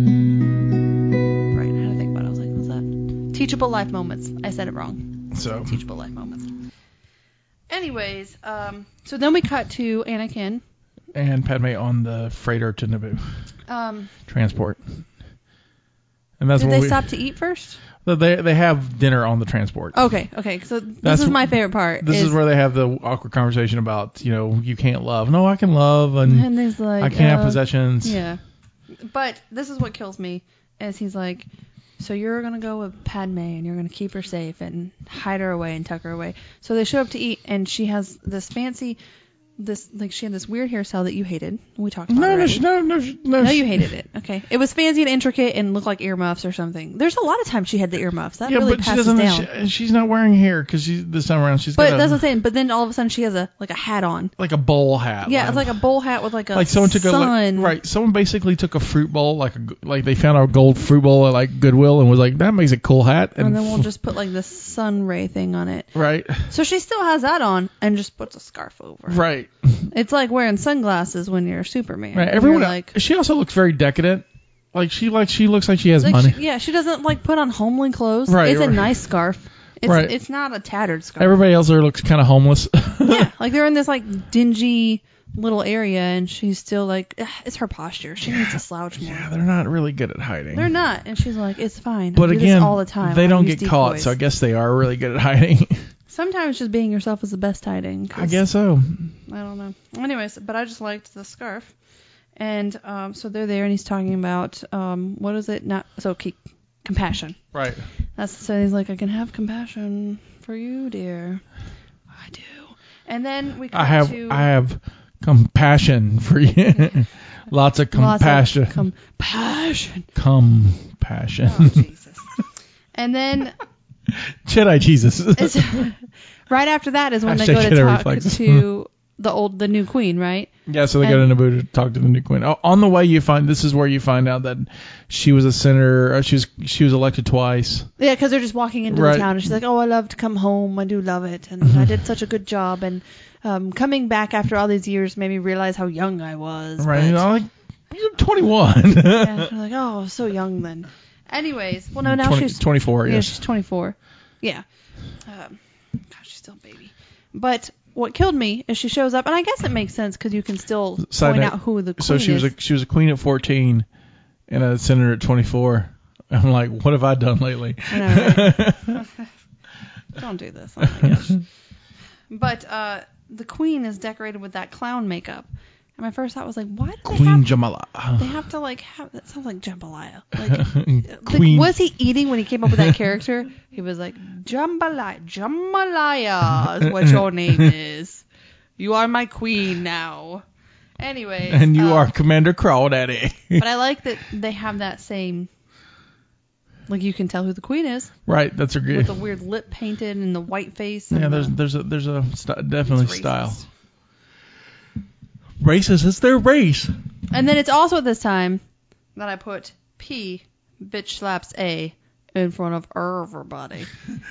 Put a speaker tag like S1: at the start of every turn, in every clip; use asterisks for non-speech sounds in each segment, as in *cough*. S1: Right, I had to think about it. I was like, what's that? Teachable life moments. I said it wrong.
S2: So
S1: Teachable life moments. Anyways, um, so then we cut to Anakin.
S2: and Padme on the freighter to Naboo
S1: Um,
S2: transport. And that's
S1: did
S2: what
S1: they
S2: we,
S1: stop to eat first?
S2: They they have dinner on the transport.
S1: Okay, okay. So this
S2: That's-
S1: Oh, is my favorite part.
S2: This is where they have the awkward conversation about you know you can't love. No, I can love and,
S1: and there's like
S2: I can't have
S1: uh,
S2: possessions.
S1: Yeah. But this is what kills me is he's like, so you're gonna go with Padme and you're gonna keep her safe and hide her away and tuck her away. So they show up to eat and she has this fancy, this like she had this weird hairstyle that you hated. We talked about.
S2: No, no,
S1: already.
S2: sh- no, no, sh- no.
S1: No,
S2: sh-
S1: you hated it. Okay, it was fancy and intricate and looked like earmuffs or something. There's a lot of times she had the earmuffs. That
S2: Yeah,
S1: really
S2: but she
S1: passes
S2: doesn't.
S1: down.
S2: She, she's not wearing hair because she this time around she's
S1: but
S2: got
S1: that's what
S2: a,
S1: I'm saying. But then all of a sudden she has a like a hat on.
S2: like a bowl hat.
S1: Yeah, it's like a bowl hat with like a
S2: like someone took a
S1: sun.
S2: like, right. Someone basically took a fruit bowl, like a g like they found a gold fruit bowl at like Goodwill and was like that makes a cool hat. And,
S1: And then we'll just put like the sun ray thing on it.
S2: right,
S1: So she still has that on and just puts a scarf over. it.
S2: right,
S1: It's like wearing sunglasses when you're Superman.
S2: right.
S1: You're
S2: Everyone.
S1: like,
S2: she also looks very decadent. Like she like she looks like she has
S1: like
S2: money.
S1: she, yeah, she doesn't like put on homely clothes.
S2: Right,
S1: It's
S2: right.
S1: a nice scarf. It's,
S2: Right.
S1: It's not a tattered scarf.
S2: Everybody else there looks kind of homeless. *laughs*
S1: yeah, like they're in this like dingy little area and she's still like, *sighs* "Ugh, it's her posture. She needs to slouch more.
S2: yeah, they're not really good at hiding.
S1: They're not, and she's like, it's fine. I
S2: But
S1: do this
S2: again,
S1: all the time.
S2: they
S1: I
S2: don't
S1: use
S2: get caught,
S1: decoys."
S2: so I guess they are really good at hiding. *laughs*
S1: sometimes just being yourself is the best hiding. 'cause-
S2: I guess so.
S1: I don't know. Anyways, but I just liked the scarf. And um, so they're there, and he's talking about um, what is it? Not so keep, compassion.
S2: Right.
S1: That's so he's like, I can have compassion for you, dear. I do. And then we cut
S2: I have
S1: to
S2: I have compassion for you. *laughs* Lots of
S1: lots of
S2: compassion. *laughs*
S1: compassion.
S2: compassion.
S1: Oh Jesus. and then
S2: *laughs* Jedi Jesus.
S1: it's, *laughs* right after that is when they
S2: Hashtag
S1: go to
S2: killer
S1: talk
S2: reflex.
S1: to the old, the new queen, right?
S2: *laughs* yeah, so they go to Naboo to talk to the new queen. Oh, on the way, you find this is where you find out that she was a senator. uh, She was she was elected twice.
S1: Yeah, 'cause they're just walking into
S2: Right.
S1: the town, and she's like, "Oh, I love to come home. I do love it, and I did such a good job. And um, coming back after all these years made me realize how young I was."
S2: Right.
S1: but-
S2: And I'm like, you're 21. *laughs*
S1: yeah, they're like, "Oh, I was so young then." Anyways, well, no, now
S2: 20
S1: she's
S2: 24.
S1: yeah,
S2: yes.
S1: she's 24. Yeah, um, gosh, she's still a baby. But what killed me is she shows up, and I guess it makes sense 'cause you can still
S2: Side
S1: point
S2: note,
S1: out who the queen
S2: so she was
S1: is.
S2: a she was a queen at 14 and a senator at 24. I'm like, what have I done lately?
S1: I know, right? *laughs* Don't do this. Oh my
S2: *laughs*
S1: gosh. But uh, the queen is decorated with that clown makeup. And my first thought was like, why do they
S2: Queen
S1: have,
S2: Jamala.
S1: *laughs* they have to like have that sounds like
S2: *laughs*
S1: jambalaya. Like,
S2: Queen.
S1: like was he eating when he came up with that
S2: *laughs*
S1: character? He was like, Jambalaya Jambalaya is what your name is. You are my queen now. Anyways.
S2: and you
S1: uh,
S2: are Commander Crawdaddy.
S1: But I like that they have that same like you can tell who the queen is
S2: *laughs* right, that's a
S1: with
S2: good.
S1: the weird lip painted and the white face. And
S2: Yeah, there's
S1: the,
S2: there's a there's a st- definitely
S1: It's racist.
S2: style. Racist, it's their race.
S1: And then it's also at this time that I put P bitch slaps A in front of everybody.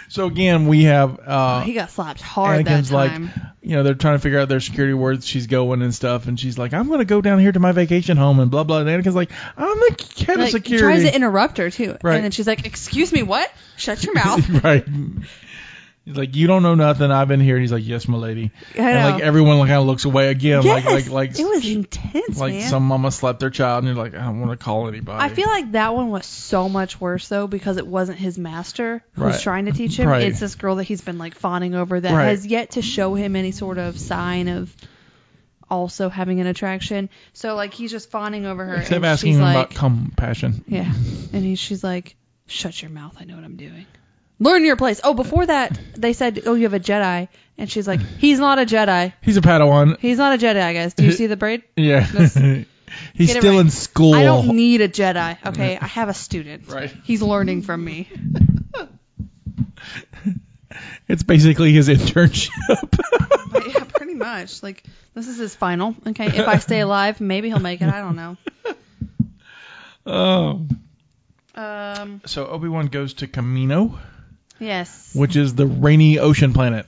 S2: So again, we have uh,
S1: he got slapped hard
S2: Anakin's
S1: that time.
S2: like, you know, they're trying to figure out their security words. She's going and stuff, and she's like, "I'm gonna go down here to my vacation home," and blah blah. And Anakin's like, "I'm the head of
S1: Like, he
S2: security."
S1: tries to interrupt her too,
S2: Right.
S1: and then she's like, "Excuse me, what? Shut your mouth."
S2: *laughs* *laughs* right. He's like, you don't know nothing. I've been here. And he's like, yes, my lady.
S1: I know.
S2: And like everyone kind of looks away again,
S1: yes,
S2: like like like
S1: it was intense,
S2: like
S1: man.
S2: some mama slept their child, and you're like, I don't want to call anybody.
S1: I feel like that one was so much worse though because it wasn't his master who
S2: Right.
S1: was trying to teach him.
S2: Right.
S1: It's this girl that he's been like fawning over that
S2: Right.
S1: has yet to show him any sort of sign of also having an attraction. So like he's just fawning over her
S2: except
S1: and
S2: asking
S1: she's
S2: him
S1: like
S2: about compassion.
S1: Yeah. And he, she's like, "Shut your mouth. I know what I'm doing." Learn your place. Oh, before that, they said, "Oh, you have a Jedi," and she's like, "He's not a Jedi.
S2: He's a Padawan.
S1: He's not a Jedi, guys. Do you see the braid?"
S2: Yeah.
S1: That's-
S2: *laughs* He's
S1: Get it
S2: still
S1: right.
S2: in school.
S1: I don't need a Jedi. Okay, I have a student.
S2: Oh. Right.
S1: He's learning from me.
S2: it's basically his internship. *laughs*
S1: But yeah, pretty much. Like this is his final. Okay, if I stay alive, maybe he'll make it. I don't know.
S2: oh.
S1: Um.
S2: So Obi Wan goes to Camino,
S1: Yes.
S2: which is the
S1: Mm-hmm.
S2: rainy ocean planet.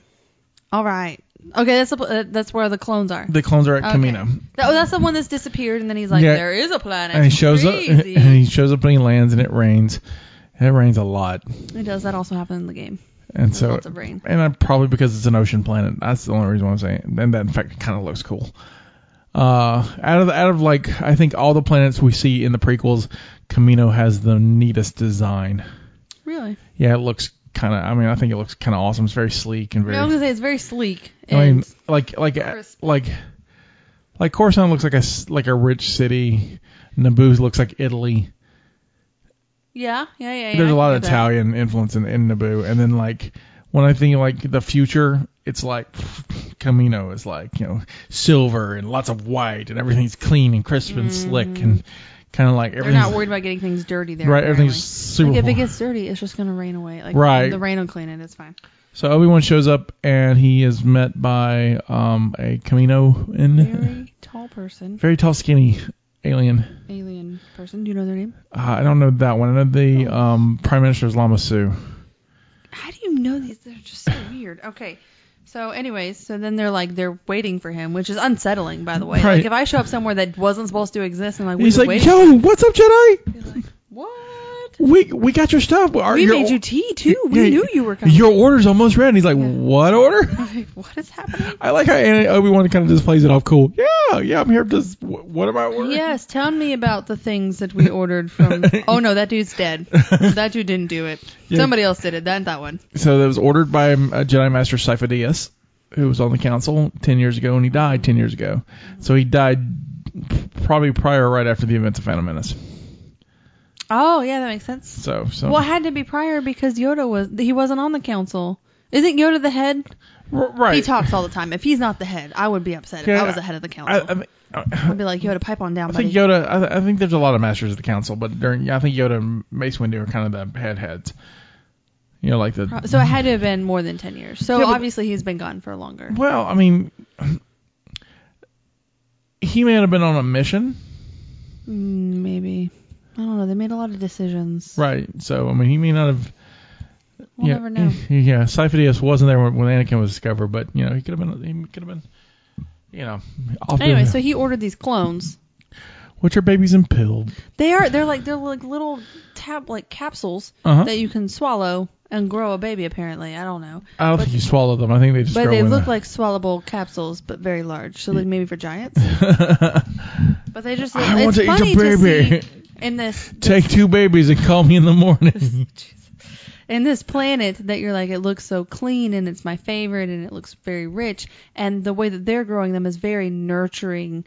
S1: All right. Okay, that's the, uh, that's where the clones are.
S2: The clones are at
S1: Okay.
S2: Camino,
S1: That- oh, that's the one that's disappeared, and then he's like,
S2: Yeah.
S1: "There is a planet."
S2: and he shows up.
S1: Crazy.
S2: *laughs* And he shows up and he lands, and it rains. It rains a lot,
S1: It does. That also happen in the game.
S2: and so
S1: Lots of rain.
S2: and I, probably because it's an ocean planet. That's the only reason why I'm saying. It. And that, in fact, kind of looks cool. Uh, out of the, out of like I think all the planets we see in the prequels, Camino has the neatest design.
S1: Really?
S2: Yeah, it looks kind of. I mean, I think it looks kind of awesome. It's very sleek and very.
S1: I was gonna say it's very sleek.
S2: I mean,
S1: And
S2: like like uh,
S1: crisp.
S2: like like Coruscant looks like a s- like a rich city. Naboo looks like Italy.
S1: yeah, yeah, yeah. yeah, I
S2: There's a
S1: can
S2: lot
S1: get
S2: of
S1: that.
S2: Italian influence in, in Naboo, and then like when I think like the future, it's like pff, Camino is like you know silver and lots of white, and everything's clean and crisp and slick, and kind of
S1: Mm-hmm.
S2: like
S1: They're
S2: everything's
S1: not worried about getting things dirty there.
S2: right.
S1: apparently.
S2: Everything's super.
S1: Like if it
S2: full.
S1: gets dirty, it's just gonna rain away. Like
S2: Right.
S1: the rain will clean it. It's
S2: *laughs*
S1: fine.
S2: so Obi Wan shows up, and he is met by um a Camino in
S1: Very tall person,
S2: *laughs* very tall, skinny alien.
S1: alien person. Do you know their name?
S2: Uh, I don't know that one. I know the um, Prime Minister's Lama Sue.
S1: How do you know these? They're just so weird. Okay. So, anyways, so then they're like they're waiting for him, which is unsettling, by the way.
S2: Right.
S1: Like if I show up somewhere that wasn't supposed to exist, and like
S2: He's
S1: we've been
S2: like,
S1: waiting.
S2: "Yo, what's up, Jedi?
S1: He's like, what?
S2: We we got your stuff. Are
S1: we
S2: your,
S1: made you tea too. We
S2: yeah,
S1: knew you were coming.
S2: Your order's almost ready." He's like,
S1: Yeah.
S2: "What order?"
S1: *laughs*
S2: *laughs*
S1: Like, what is happening?
S2: I like how Obi Wan kind of just plays it off cool. Yeah, yeah, I'm here. Just wh- what am I ordering?
S1: Yes, tell me about the things that we ordered
S2: *laughs*
S1: from. oh no, that dude's dead. That dude didn't do it.
S2: Yeah.
S1: Somebody else did it. That that one.
S2: So that was ordered by um, uh, Jedi Master Sifo Dyas, who was on the council ten years ago, and he died ten years ago. So he died probably prior, or right after the events of Phantom Menace.
S1: Oh yeah, that makes sense.
S2: So, so
S1: Well, it had to be prior because Yoda was he wasn't on the council. Isn't Yoda the head?
S2: R- right.
S1: He talks all the time. If he's not the head, I would be upset if
S2: Yeah,
S1: I was the head of the
S2: I,
S1: council.
S2: I mean, uh,
S1: I, would be like, Yoda, pipe on down,
S2: I think
S1: buddy.
S2: Yoda. I, th- I think there's a lot of masters of the council, but during I think Yoda and Mace Windu are kind of the head heads. You know, like the
S1: so it had to have been more than ten years. So
S2: Yeah, but-
S1: obviously he's been gone for longer.
S2: well, I mean, he may not have been on a mission,
S1: Mm, maybe. I don't know. They made a lot of decisions.
S2: right? So I mean, he may not have.
S1: We'll
S2: yeah,
S1: never
S2: *laughs*
S1: know.
S2: Yeah, Sifo-Dyas wasn't there when, when Anakin was discovered, but you know, he could have been. He could have been. You know, off doing
S1: Anyway,
S2: that.
S1: so he ordered these clones.
S2: which are babies in pill.
S1: They are they're like they're like little tab like capsules
S2: Uh-huh.
S1: that you can swallow and grow a baby apparently. I don't know.
S2: I don't
S1: but-
S2: think you swallow them. I think they just.
S1: But
S2: throw
S1: they
S2: in
S1: look
S2: the-
S1: like swallowable capsules but very large. So like maybe for
S2: *laughs*
S1: giants. but they just
S2: I
S1: it's
S2: want to eat a
S1: funny to
S2: baby.
S1: see in this
S2: *laughs* Take two babies and call me in
S1: *laughs*
S2: the morning.
S1: in this planet that you're like it looks so clean and it's my favorite and it looks very rich and the way that they're growing them is very nurturing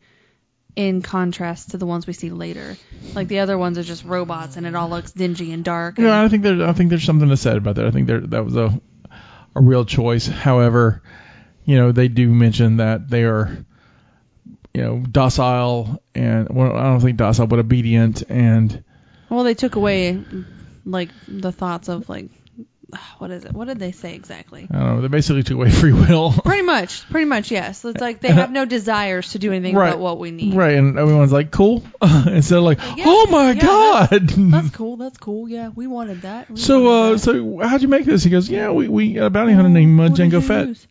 S1: in contrast to the ones we see later like the other ones are just robots and it all looks dingy and dark and-
S2: No, I think there's I think there's something to said about that. I think there that was a a real choice. However, you know they do mention that they are you know docile and well, I don't think docile but obedient and
S1: well they took away like the thoughts of like what is it what did they say exactly
S2: I don't know they basically took away *laughs* free will.
S1: pretty much pretty much yes it's like they have no desires to do anything
S2: Right.
S1: but what we need
S2: Right, and everyone's like, "Cool," *laughs* instead of like,
S1: yeah,
S2: "Oh my
S1: yeah,
S2: god." *laughs*
S1: that's cool that's cool yeah we wanted that we
S2: So,
S1: wanted
S2: uh,
S1: that.
S2: so how'd you make this? He goes, "Yeah, we we a bounty hunter named uh,
S1: What did you
S2: Django Fett,
S1: use?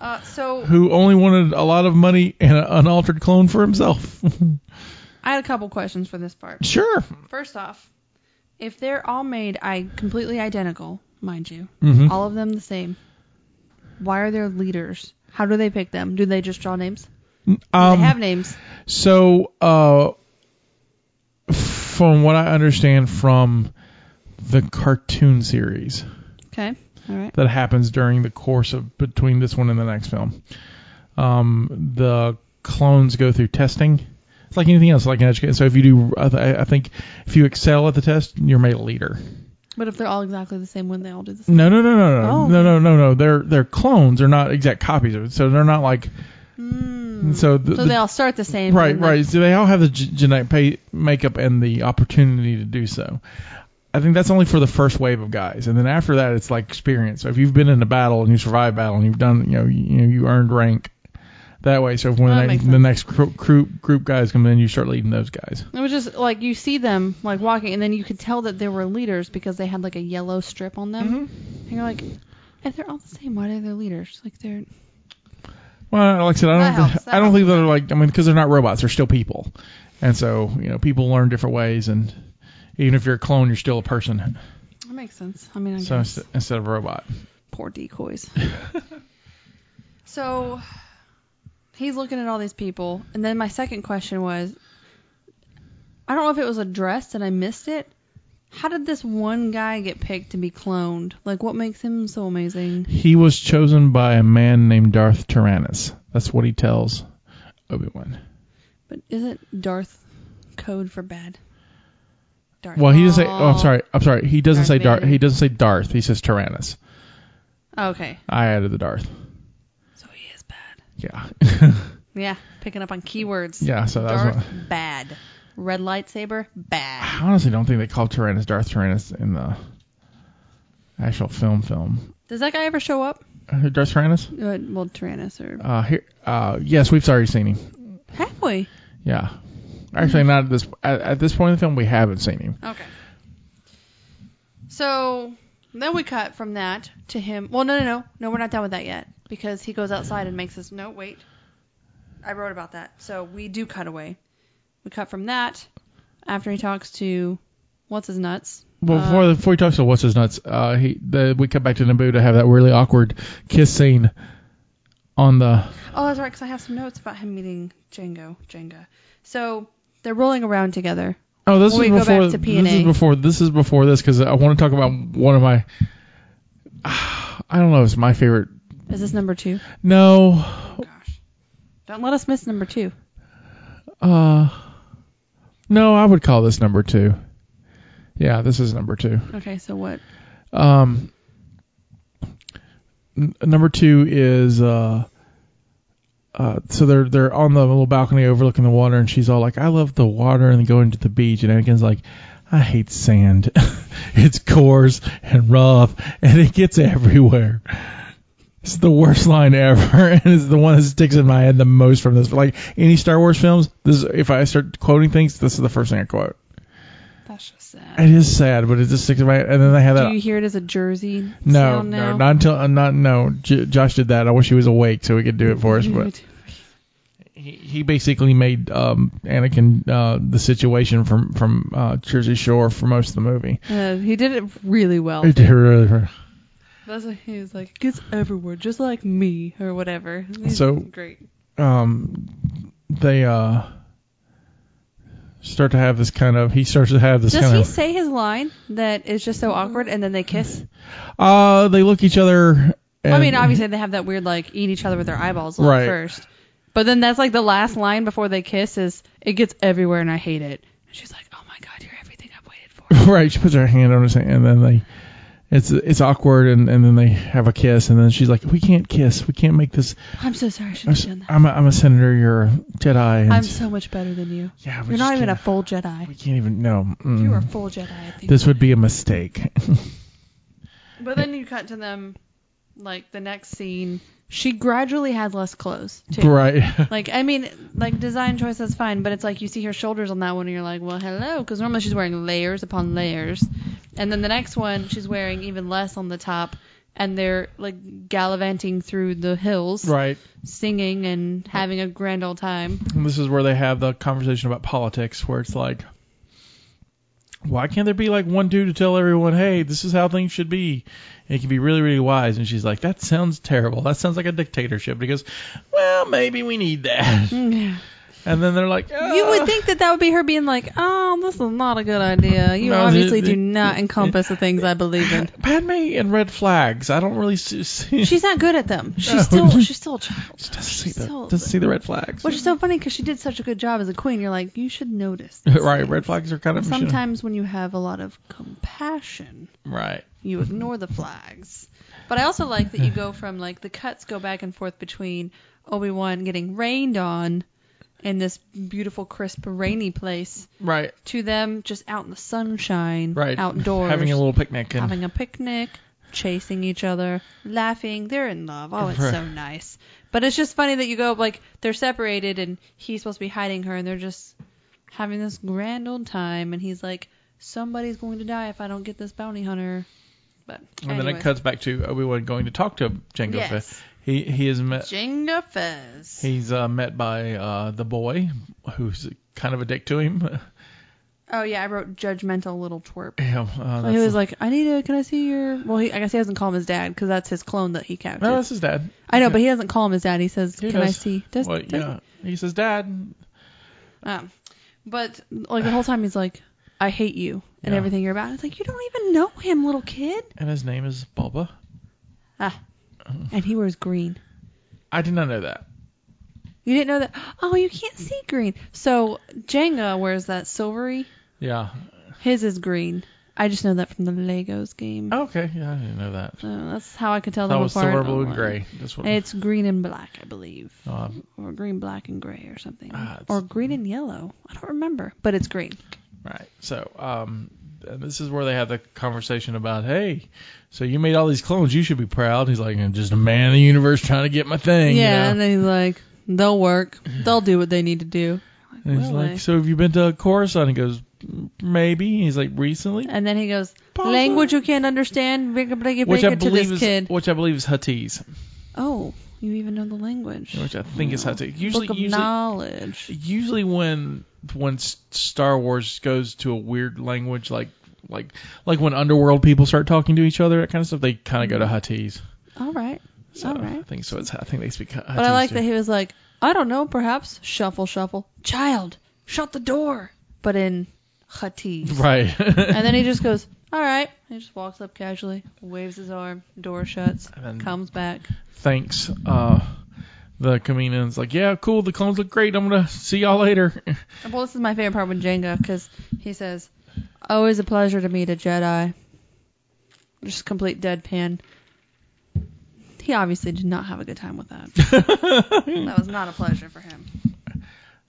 S1: Uh, so
S2: who only wanted a lot of money and an unaltered clone for himself." *laughs*
S1: I had a couple questions for this part.
S2: sure.
S1: First off, if they're all made I completely identical, mind you,
S2: Mhm.
S1: all of them the same, why are there leaders? How do they pick them? Do they just draw names? Do
S2: Um,
S1: they have names.
S2: So, uh, from what I understand from the cartoon series
S1: Okay. All right.
S2: that happens during the course of between this one and the next film, um, the clones go through testing. It's like anything else, like an education. So if you do, I, th- I think if you excel at the test, you're made a leader.
S1: But if they're all exactly the same, wouldn't they all do the same?
S2: No, no, no, no, no,
S1: Oh.
S2: no, no, no, no. They're they're clones. They're not exact copies of it. So they're not like And so, the,
S1: So
S2: the-
S1: they all start the same.
S2: right,
S1: and then-
S2: right. So they all have the g- genetic pay, makeup and the opportunity to do so. I think that's only for the first wave of guys, and then after that, it's like experience. So if you've been in a battle and you survived battle and you've done, you know, you, you know, you earned rank that way. So if when
S1: That
S2: the,
S1: makes
S2: next, the
S1: sense.
S2: next group, group group guys come in, you start leading those guys.
S1: It was just like you see them like walking, and then you could tell that they were leaders because they had like a yellow strip on them.
S2: Mm-hmm.
S1: And you're like, if they're all the same, why are they leaders? Like they're
S2: Well, like I said, I
S1: That
S2: don't,
S1: helps. That
S2: I don't
S1: helps.
S2: think they're like, I mean, because they're not robots, they're still people, and so you know, people learn different ways, and even if you're a clone, you're still a person.
S1: that makes sense. I mean, I
S2: So
S1: guess
S2: inst- instead of a robot,
S1: poor decoys. *laughs* so he's looking at all these people, and then my second question was, I don't know if it was addressed and I missed it. How did this one guy get picked to be cloned? Like, what makes him so amazing?
S2: he was chosen by a man named Darth Tyrannus. That's what he tells Obi Wan.
S1: But isn't Darth code for bad? Darth.
S2: Well, he doesn't say. Oh, I'm sorry. I'm sorry. He doesn't
S1: Darth
S2: say Darth.
S1: Vader.
S2: He doesn't say Darth. He says Tyrannus.
S1: Oh, Okay,
S2: I added the Darth.
S1: so he is bad.
S2: Yeah. *laughs*
S1: Yeah, picking up on keywords.
S2: yeah. So that
S1: Darth
S2: was. What,
S1: bad. Red lightsaber bad.
S2: I honestly don't think they called Tyrannus Darth Tyrannus in the actual film. Film.
S1: Does that guy ever show up?
S2: Uh, Darth Tyrannus.
S1: Uh, well, Tyrannus or
S2: Uh, here, uh, yes, we've already seen him.
S1: have we?
S2: Yeah, actually, not at this at, at this point in the film. We haven't seen him.
S1: Okay. So then we cut from that to him. Well, no, no, no, no. We're not done with that yet because he goes outside and makes us. No, wait. I wrote about that. So we do cut away. We cut from that after he talks to what's his nuts.
S2: Well,
S1: Uh,
S2: before, before he talks to what's his nuts, uh, he the, we come back to Naboo to have that really awkward kiss scene on the
S1: Oh, that's right, 'cause I have some notes about him meeting Django. Jenga. So they're rolling around together.
S2: Oh, this
S1: When
S2: is
S1: we go
S2: before.
S1: back to P&A.
S2: This is before. This is before this because I want to talk about one of my. *sighs* I don't know. It's my favorite.
S1: Is this number two? Oh,
S2: No.
S1: Gosh. Don't let us miss number two.
S2: Uh. No, I would call this number two. Yeah, this is number two.
S1: Okay, so what?
S2: Um. n- number two is uh. Uh, so they're they're on the little balcony overlooking the water, and she's all like, "I love the water," and going to the beach, and Anakin's like, "I hate sand. *laughs* it's coarse and rough, and it gets everywhere." It's the worst line ever, *laughs* and it's the one that sticks in my head the most from this. Like any Star Wars films, this is, if I start quoting things, this is the first thing I quote.
S1: That's just sad.
S2: It is sad, but it just sticks in my head. And then they have that
S1: Do you hear it as a Jersey
S2: no,
S1: sound
S2: no,
S1: now?
S2: not until uh, not no. J- Josh did that. I wish he was awake so he could do it for
S1: *laughs*
S2: us. But he, he basically made um, Anakin uh, the situation from from uh, Jersey Shore for most of the movie.
S1: Uh, he did it really well.
S2: It did really hurt.
S1: That's what he was like. Gets everywhere, just like me or whatever. He's
S2: So-
S1: great.
S2: um, they uh, start to have this kind of. He starts to have this
S1: Does
S2: kind
S1: he
S2: of.
S1: say his line that is just so awkward, and then they kiss?
S2: uh, they look each other. And,
S1: I mean, obviously they have that weird like eat each other with their eyeballs look
S2: Right.
S1: first, but then that's like the last line before they kiss is it gets everywhere and I hate it. And she's like, oh my god, you're everything I've waited for.
S2: *laughs* *laughs* right. She puts her hand on his hand, and then they. It's it's awkward, and, and then they have a kiss, and then she's like, "We can't kiss. We can't make this
S1: I'm so sorry I shouldn't have done that.
S2: I'm a, I'm a senator. You're a Jedi. And
S1: I'm so much better than you.
S2: yeah, we
S1: You're
S2: just
S1: not even a
S2: can't,
S1: full Jedi.
S2: We can't even. No. mm.
S1: You are a full Jedi. I think.
S2: this would be a mistake.
S1: But then you cut to them, like the next scene. She gradually has less clothes. Too.
S2: *laughs* right.
S1: Like I mean, like design choice is fine, but it's like you see her shoulders on that one, and you're like, well, hello, because normally she's wearing layers upon layers, and then the next one she's wearing even less on the top, and they're like gallivanting through the hills,
S2: right.
S1: singing and having a grand old time.
S2: And this is where they have the conversation about politics, where it's like, why can't there be like one dude to tell everyone, hey, this is how things should be? And it can be really, really wise. And she's like, that sounds terrible. That sounds like a dictatorship. And he goes, well, maybe we
S1: *laughs*
S2: need that.
S1: You
S2: And then they're like,
S1: would
S2: *laughs* "Ah."
S1: think that that would be her being like, oh, this is not a good idea. You
S2: No,
S1: obviously
S2: the-
S1: do not encompass the things I believe in.
S2: Padme and red flags. I don't really see. *laughs* see
S1: She's not good at them.
S2: *laughs*
S1: She's
S2: No.
S1: still she's still a child.
S2: she doesn't see the
S1: so-
S2: doesn't see the red flags.
S1: Which is so funny because she did such a good job as a queen. You're like, you should notice. these
S2: *laughs* *laughs* right,
S1: things.
S2: red flags are kind of
S1: Sometimes when you have a lot of compassion,
S2: right.
S1: you ignore the flags. But I also like that you go from like the cuts go back and forth between Obi Wan getting rained on in this beautiful, crisp, rainy place
S2: Right.
S1: to them just out in the sunshine,
S2: Right.
S1: outdoors,
S2: Having a little picnic and
S1: having a picnic, chasing each other, laughing. They're in love. Oh, it's
S2: Right.
S1: so nice. But it's just funny that you go like they're separated and he's supposed to be hiding her and they're just having this grand old time and he's like somebody's going to die if I don't get this bounty hunter. But
S2: And then
S1: anyway.
S2: it cuts back to Obi Wan going to talk to Jango
S1: Yes.
S2: Fett. He he is met
S1: Jenga Fez.
S2: he's uh, met by uh, the boy who's kind of a dick to him. *laughs*
S1: Oh yeah, I wrote judgmental little twerp.
S2: Yeah, uh,
S1: he
S2: that's-
S1: was like, "I need to. Can I see your?" Well, he, I guess he doesn't call him his dad because that's his clone that he captured.
S2: no, that's his dad.
S1: I know, but he doesn't call him his dad. He says,
S2: He
S1: "Can I
S2: does.
S1: see?" Does,
S2: Well,
S1: does-
S2: yeah. He says, Dad.
S1: Um, but like the whole time he's like, "I hate you and
S2: Yeah.
S1: everything you're about." It's like you don't even know him, little kid.
S2: And his name is Boba.
S1: Ah,
S2: Mm.
S1: and he wears green.
S2: I did not know that.
S1: You didn't know that? Oh, you can't see green. So Jenga wears that silvery.
S2: Yeah.
S1: His is green. I just know that from the Legos game.
S2: Okay. Yeah, I didn't know that.
S1: So that's how I could tell
S2: Oh. That
S1: them
S2: was
S1: apart.
S2: silver, blue, and
S1: Oh,
S2: gray. That's what.
S1: It's green and black, I believe,
S2: uh,
S1: or green, black, and gray, or something,
S2: Ah, it's-
S1: or green and yellow. I don't remember, but it's green.
S2: Right. So, um, and this is where they have the conversation about, hey, so you made all these clones, you should be proud. He's like, I'm just a man of the universe trying to get my thing. you
S1: yeah,
S2: know?
S1: and then he's like, they'll
S2: *laughs*
S1: work. They'll do what they need to do.
S2: And he's
S1: Will they?
S2: like, so have you been to Coruscant? He goes, maybe. He's like, recently.
S1: And then he goes,
S2: Bother.
S1: language you can't understand, bring bring
S2: Which I
S1: bring it to
S2: believe
S1: this
S2: is
S1: kid.
S2: which I believe is Huttese,
S1: Oh, you even know the language.
S2: which I think is Huttese. Usually,
S1: Book of
S2: usually,
S1: knowledge.
S2: usually when when S- Star Wars goes to a weird language like like like when underworld people start talking to each other, that kind of stuff, they kind of go to Huttese.
S1: All right.
S2: So
S1: Mm-hmm. All right.
S2: I think so. It's I think they speak.
S1: But I
S2: *laughs*
S1: like that he was like, I don't know, perhaps shuffle, shuffle, child, shut the door. But in Huttese.
S2: Right.
S1: *laughs* And then he just goes, all right. He just walks up casually, waves his arm, door shuts,
S2: And-
S1: comes back.
S2: Thanks. Uh, the Kaminan's like, yeah, cool. The clones look great. I'm gonna see y'all later. *laughs*
S1: Well, this is my favorite part with Jenga because he says, "Always a pleasure to meet a Jedi." Just complete deadpan. He obviously did not have a good time with
S2: *laughs*
S1: that. that was not a pleasure for him.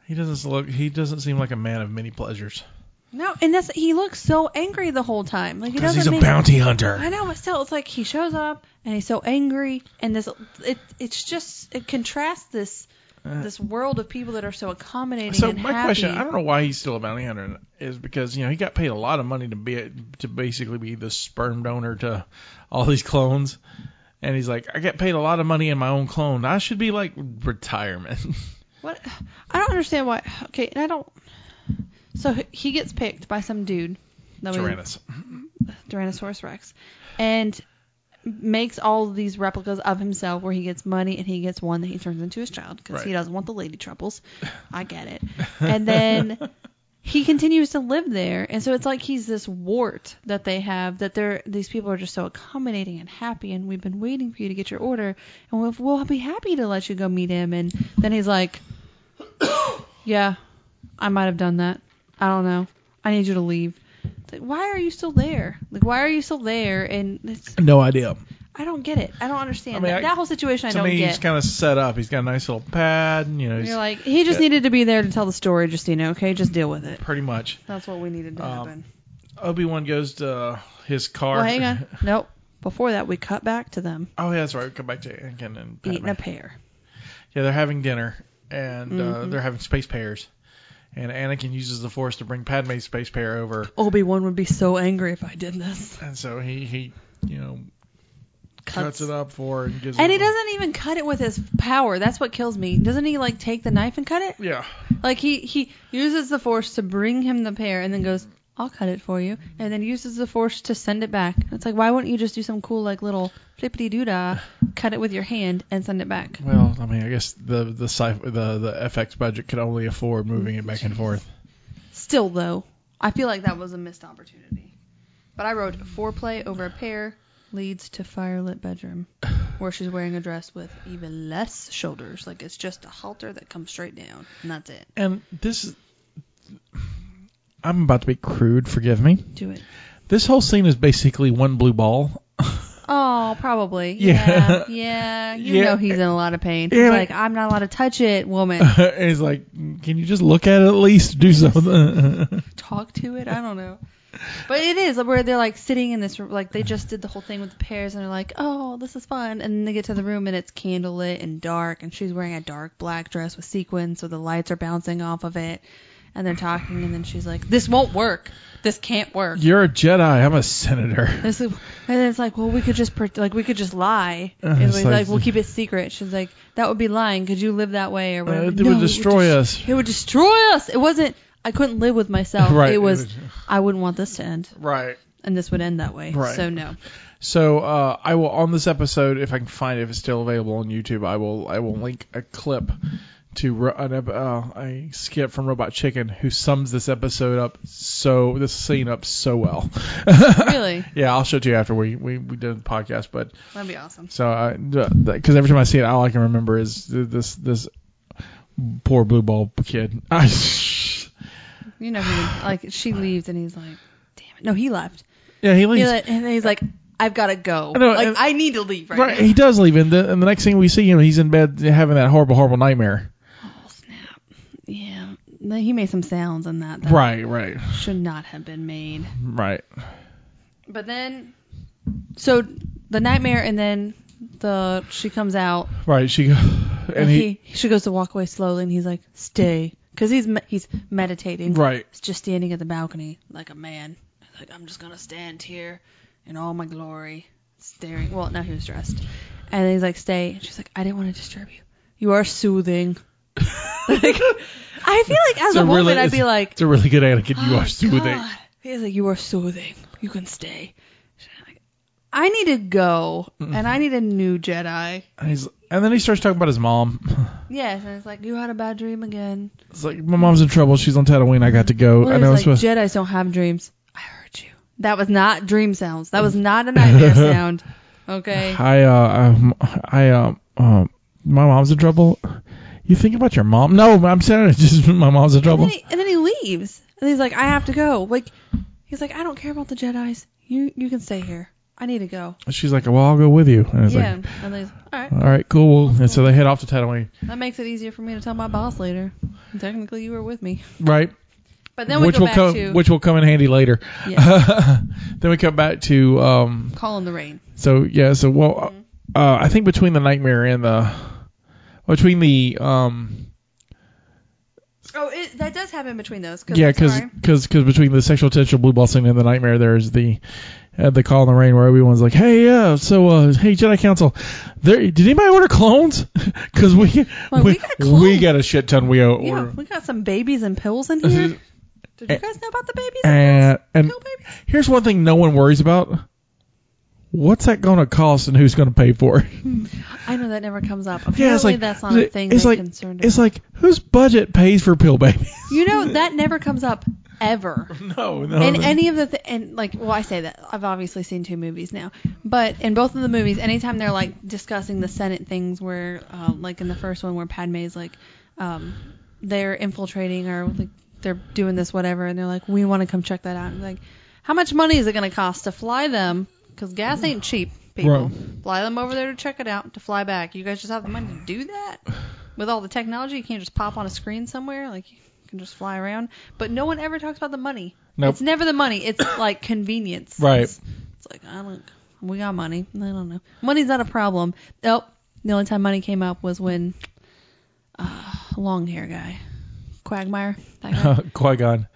S2: he doesn't look. He doesn't seem like a man of many pleasures.
S1: No, and that's he looks so angry the whole time. Like he
S2: Because
S1: doesn't
S2: he's a
S1: make.
S2: bounty
S1: I
S2: hunter.
S1: know, but still, it's like he shows up and he's so angry, and this it it's just it contrasts this this world of people that are so accommodating.
S2: Uh, So
S1: and
S2: my
S1: happy.
S2: question, I don't know why he's still a bounty hunter, is because you know he got paid a lot of money to be a, to basically be the sperm donor to all these clones, and he's like, I got paid a lot of money in my own clone. I should be like retirement. *laughs*
S1: What? I don't understand why. Okay, and I don't. So h- he gets picked by some dude. That
S2: Tyrannus.
S1: We, Tyrannosaurus Rex, and makes all of these replicas of himself, where he gets money and he gets one that he turns into his child because he
S2: Right.
S1: doesn't want the lady troubles. I get it. And then he continues to live there, and so it's like he's this wart that they have that they're these people are just so accommodating and happy, and we've been waiting for you to get your order, and we'll, we'll be happy to let you go meet him. And then he's like. *coughs* Yeah, I might have done that. I don't know. I need you to leave. It's Like, why are you still there? Like, why are you still there? And it's,
S2: No idea.
S1: I don't get it. I don't understand
S2: I mean,
S1: that.
S2: I-
S1: that whole situation. I
S2: to
S1: don't
S2: me,
S1: get.
S2: he's kind of set up. He's got a nice little pad. You know,
S1: And
S2: he's
S1: You're like, he just
S2: Yeah.
S1: needed to be there to tell the story, Justina. Okay, just deal with it.
S2: pretty much.
S1: That's what we needed to
S2: Um,
S1: happen.
S2: Obi Wan goes to uh, his car.
S1: well, hang on. Nope. Before that, we cut back to them
S2: *laughs* Oh yeah, that's right. Come back to Anakin and Padme.
S1: eating a pear.
S2: Yeah, they're having dinner and uh,
S1: Mhm.
S2: they're having space pears. And Anakin uses the Force to bring Padme's space pear over,
S1: Obi Wan would be so angry if I did this.
S2: and so he he you know cuts,
S1: Cuts.
S2: it up for her and gives.
S1: And
S2: it
S1: he doesn't even cut it with his power. That's what kills me. Doesn't he like take the knife and cut it?
S2: Yeah,
S1: Like he he uses the force to bring him the pear and then goes, "I'll cut it for you," and then uses the force to send it back. It's like why wouldn't you just do some cool like little flippity doo dah, cut it with your hand and send it back?
S2: well, I mean, I guess the the sci- the the FX budget could only afford moving it back and forth.
S1: Still though, I feel like that was a missed opportunity. But I wrote foreplay over a pear leads to firelit bedroom where she's wearing a dress with even less shoulders. Like it's just a halter that comes straight down and that's it.
S2: And this, is- I'm about to be crude. Forgive me.
S1: Do it.
S2: This whole scene is basically one blue ball.
S1: Oh, Oh, probably.
S2: Yeah.
S1: Yeah. Yeah. You
S2: Yeah.
S1: know he's in a lot of pain.
S2: Yeah,
S1: He's
S2: like-
S1: like, I'm not allowed to touch it, woman.
S2: and *laughs* he's like, can you just look at it at least? Do something.
S1: Talk to it. I don't know. But it is where they're like sitting in this room. Like they just did the whole thing with the pears and they're like, oh, this is fun. And then they get to the room and it's candlelit and dark. And she's wearing a dark black dress with sequins. So the lights are bouncing off of it. And they're talking. And then she's like, this won't work. This can't work.
S2: You're a Jedi. I'm a senator. *laughs*
S1: This is, and it's like, well, we could just pre- like we could just lie.
S2: Uh,
S1: and
S2: it's
S1: we
S2: like-
S1: like, we'll keep it secret. She's like, that would be lying. Could you live that way or whatever?
S2: Uh, it
S1: No,
S2: would destroy us.
S1: des- It would destroy us. It wasn't. I couldn't live with myself.
S2: *laughs* Right,
S1: It
S2: it
S1: was.
S2: would-
S1: I wouldn't want this to end,
S2: Right.
S1: and this would end that way.
S2: Right.
S1: So no.
S2: So uh, I will on this episode, if I can find it, if it's still available on YouTube, I will I will link a clip to ro- an ep- uh, a skip from Robot Chicken who sums this episode up so this scene up so well. *laughs*
S1: Really?
S2: yeah, I'll show it to you after we we, we did the podcast, but
S1: That'd be awesome.
S2: so because every time I see it, all I can remember is th- this this poor blue ball kid. *laughs*
S1: You know, he would, like she leaves, and he's like, damn it. No, he left.
S2: yeah, he
S1: He
S2: leaves.
S1: le- and he's like, I've got to go.
S2: I know,
S1: like
S2: and-
S1: I need to leave right,
S2: Right,
S1: now.
S2: he does leave, and the, and the next thing we see him, he's in bed having that horrible, horrible nightmare.
S1: Oh snap. Yeah. He made some sounds on that that
S2: Right, right,
S1: should not have been made.
S2: right.
S1: But then, so the nightmare, and then the she comes out,
S2: Right, she
S1: and
S2: and he,
S1: he, she goes to walk away slowly, and he's like, "Stay," because he's me- he's meditating.
S2: right.
S1: He's just standing at the balcony like a man. He's Like I'm just gonna stand here in all my glory, staring. Well, now he was dressed, and he's like, "Stay." And she's like, "I didn't want to disturb you. You are soothing." *laughs* like, I feel like as
S2: It's
S1: a woman,
S2: really-
S1: I'd be like,
S2: it's a really good etiquette. You
S1: Oh,
S2: are soothing.
S1: God. He's like, you are soothing. You can stay. She's like, I need to go,
S2: Mm-hmm.
S1: and I need a new Jedi.
S2: And, he's, and then he starts talking about his mom.
S1: Yes, and it's like you had a bad dream again.
S2: It's like my mom's in trouble. She's on Tatooine. I got to go.
S1: Well,
S2: I
S1: it's
S2: know I'm
S1: like
S2: supposed.
S1: Jedi's don't have dreams. I heard you. That was not dream sounds. That was not a
S2: *laughs*
S1: nightmare sound. Okay.
S2: I uh um, I um um my mom's in trouble. You think about your mom? No, I'm saying it's *laughs* just my mom's in
S1: And
S2: trouble.
S1: then, he, and then he leaves, and he's like, I have to go. Like, he's like, I don't care about the Jedi's. You you can stay here. I need to go.
S2: She's like, well, I'll go with you. And it's
S1: yeah.
S2: like,
S1: and then he's all right.
S2: all right, cool. And so they head off to Tatooine,
S1: That makes it easier for me to tell my boss later. Technically, you were with me.
S2: right?
S1: But then we
S2: which
S1: go
S2: will
S1: back
S2: come,
S1: to
S2: which will come in handy later.
S1: yeah,
S2: *laughs* then we come back to um
S1: call in the rain.
S2: So yeah, so
S1: Mm-hmm.
S2: well, uh, I think between the nightmare and the between the um
S1: Oh, it, that does happen between those. Cause
S2: yeah,
S1: I'm
S2: because
S1: sorry.
S2: because between the sexual tension blue ball scene and the nightmare, there's the uh, the call in the rain where everyone's like, hey yeah, so uh, hey Jedi Council, there did anybody order clones? *laughs* Because we
S1: Well, we
S2: we,
S1: got
S2: we,
S1: clones.
S2: got a shit ton we owe.
S1: yeah,
S2: order.
S1: we got some babies and pills in
S2: Uh-huh.
S1: here. Did you guys know about the babies?
S2: And and
S1: Pill babies?
S2: here's one thing no one worries about. What's that going to cost and who's going to pay for it?
S1: I know that never comes up.
S2: Yeah, it's
S1: Apparently,
S2: like
S1: that's not a thing
S2: it's
S1: they're
S2: like
S1: concerned about.
S2: it's like whose budget pays for pill baby?
S1: you know, that never comes up ever.
S2: *laughs* No, no.
S1: In any of the th- and like well I say that I've obviously seen two movies now, but in both of the movies, anytime they're like discussing the Senate things, where uh, like in the first one where Padme's like, um, they're infiltrating or like they're doing this whatever, and they're like, we want to come check that out. And like, how much money is it going to cost to fly them? Because gas ain't cheap, people. Fly them over there to check it out to fly back. You guys just have the money to do that with all the technology. You can't just pop on a screen somewhere like. you Can just fly around, but no one ever talks about the money.
S2: Nope.
S1: It's never the money. It's *coughs* like convenience.
S2: Right.
S1: It's, it's like I don't. We got money. I don't know. Money's not a problem. Nope. The only time money came up was when uh, long hair guy, Quagmire. That guy?
S2: *laughs* Qui Gon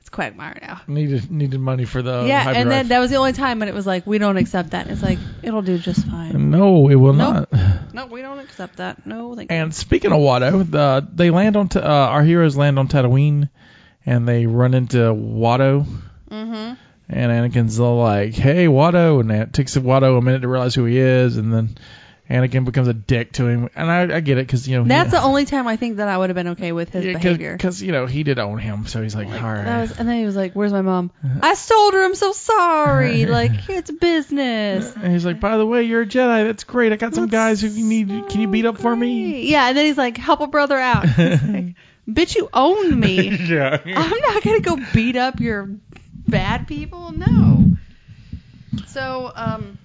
S1: it's Quagmire now.
S2: needed needed money for the
S1: yeah,
S2: hyperdrive.
S1: and then that was the only time when it was like we don't accept that. It's like it'll do just fine.
S2: no, it will
S1: Nope.
S2: not.
S1: No, we don't accept that. No, thank you.
S2: And speaking of Watto, the, they land on t- uh, our heroes land on Tatooine, and they run into Watto,
S1: Mm-hmm.
S2: and Anakin's all like, "Hey, Watto," and it takes Watto a minute to realize who he is, and then Anakin becomes a dick to him, and I, I get it because you know he- *laughs*
S1: That's the only time I think that I would have been okay with his
S2: yeah,
S1: behavior.
S2: because you know he did own him, so he's like,
S1: Like,
S2: "All
S1: that
S2: right."
S1: was, and then he was like, "Where's my mom?
S2: Uh-huh.
S1: I sold her. I'm so
S2: *laughs*
S1: sorry. Like it's business."
S2: and he's like, by the way, you're a Jedi. That's great. I got some guys who you need. Can you beat up for me?
S1: Great. Yeah, and then he's like, "Help a brother out."
S2: *laughs*
S1: He's like, Bitch, you own me.
S2: yeah.
S1: I'm not gonna go beat up your bad people. No. So, um,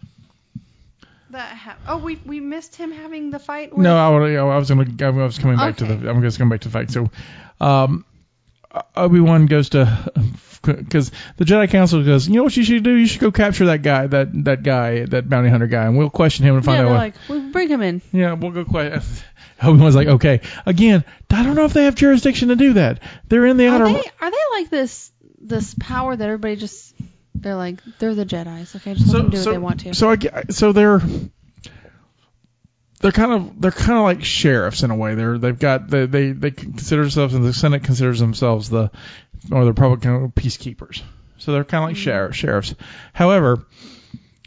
S1: that ha- oh we we missed him having the fight with
S2: No, I, would- I was going to. I was coming back to
S1: Okay.
S2: the. I'm just coming back to the fact. So, um, Obi Wan goes to *laughs* because the Jedi Council goes. You know what you should do? You should go capture that guy. That that guy. That bounty hunter guy, and we'll question him and find
S1: yeah,
S2: out.
S1: they're
S2: what-
S1: like we bring him in
S2: yeah, we'll go *laughs* question. Obi Wan's like, okay. Again, I don't know if they have jurisdiction to do that. They're in the
S1: are
S2: outer.
S1: they are they like this this power that everybody just they're like they're the Jedi's okay just let them do what they want to
S2: So I ge- so they're they're kind of they're kind of like sheriffs in a way. They're they've got they they, they consider themselves and the Senate considers themselves the or the Republican peacekeepers. So they're kind of like
S1: Mm-hmm.
S2: sheriff, sheriffs. However,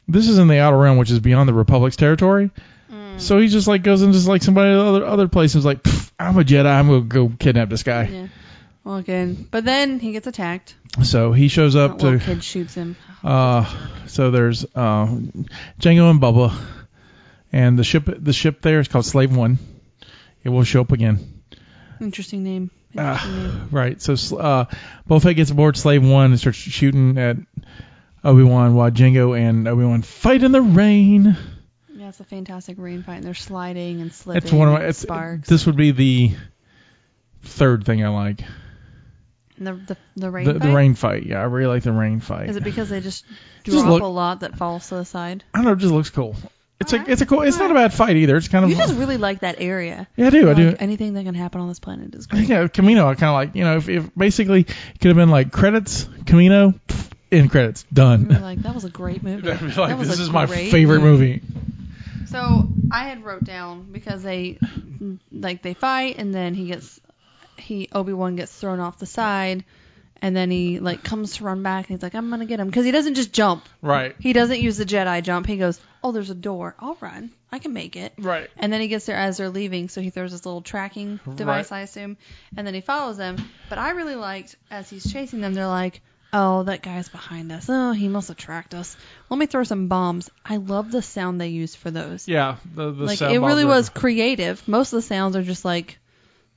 S2: this is in the outer realm, which is beyond the Republic's territory.
S1: Mm.
S2: So he just like goes into like somebody other other place and is like, "Pff, I'm a Jedi. I'm gonna go kidnap this guy.
S1: yeah well again but then he gets attacked
S2: So he shows
S1: that
S2: up to
S1: little kid shoots him
S2: Uh, so there's uh, Django and Bubba, and the ship the ship there is called Slave One. It will show up again,
S1: interesting name
S2: Ah.
S1: interesting name
S2: right? So sl- uh, Boba Fett gets aboard Slave One and starts shooting at Obi Wan while Django and Obi Wan fight in the rain.
S1: yeah it's a fantastic rain fight and they're sliding and slipping
S2: It's one of my
S1: and
S2: it's,
S1: sparks
S2: This would be the third thing I like.
S1: And the, the the rain
S2: The,
S1: fight
S2: the rain fight, yeah, I really like the rain fight.
S1: is it because they just
S2: Just
S1: drop
S2: look-
S1: a lot that falls to the side
S2: I don't know, it just looks cool. It's a
S1: Alright.
S2: it's a cool. It's not a bad fight either. It's kind of
S1: you just really like that area
S2: yeah, I do, I
S1: You're
S2: do.
S1: like, anything that can happen on this planet
S2: *laughs*
S1: is
S2: I
S1: great
S2: think uh, Camino. I kind of like you know if, if basically it could have been like credits Camino pff, end credits
S1: You're *laughs*
S2: done. *laughs*
S1: like that was a great movie
S2: Like,
S1: That was
S2: this
S1: a
S2: is my
S1: great
S2: favorite movie.
S1: *laughs* So I had wrote down because they like they fight and then he gets he Obi Wan gets thrown off the side and then he like comes to run back and he's like I'm gonna get him because he doesn't just jump
S2: Right.
S1: he doesn't use the Jedi jump he goes oh there's a door I'll run I can make it
S2: Right.
S1: and then he gets there as they're leaving so he throws his little tracking device I assume and then he follows them but I really liked as he's chasing them they're like oh that guy's behind us oh he must have tracked us let me throw some bombs I love the sound they use for those
S2: Yeah. The the
S1: like
S2: sound
S1: it really
S2: bombs are-
S1: was creative. Most of the sounds are just like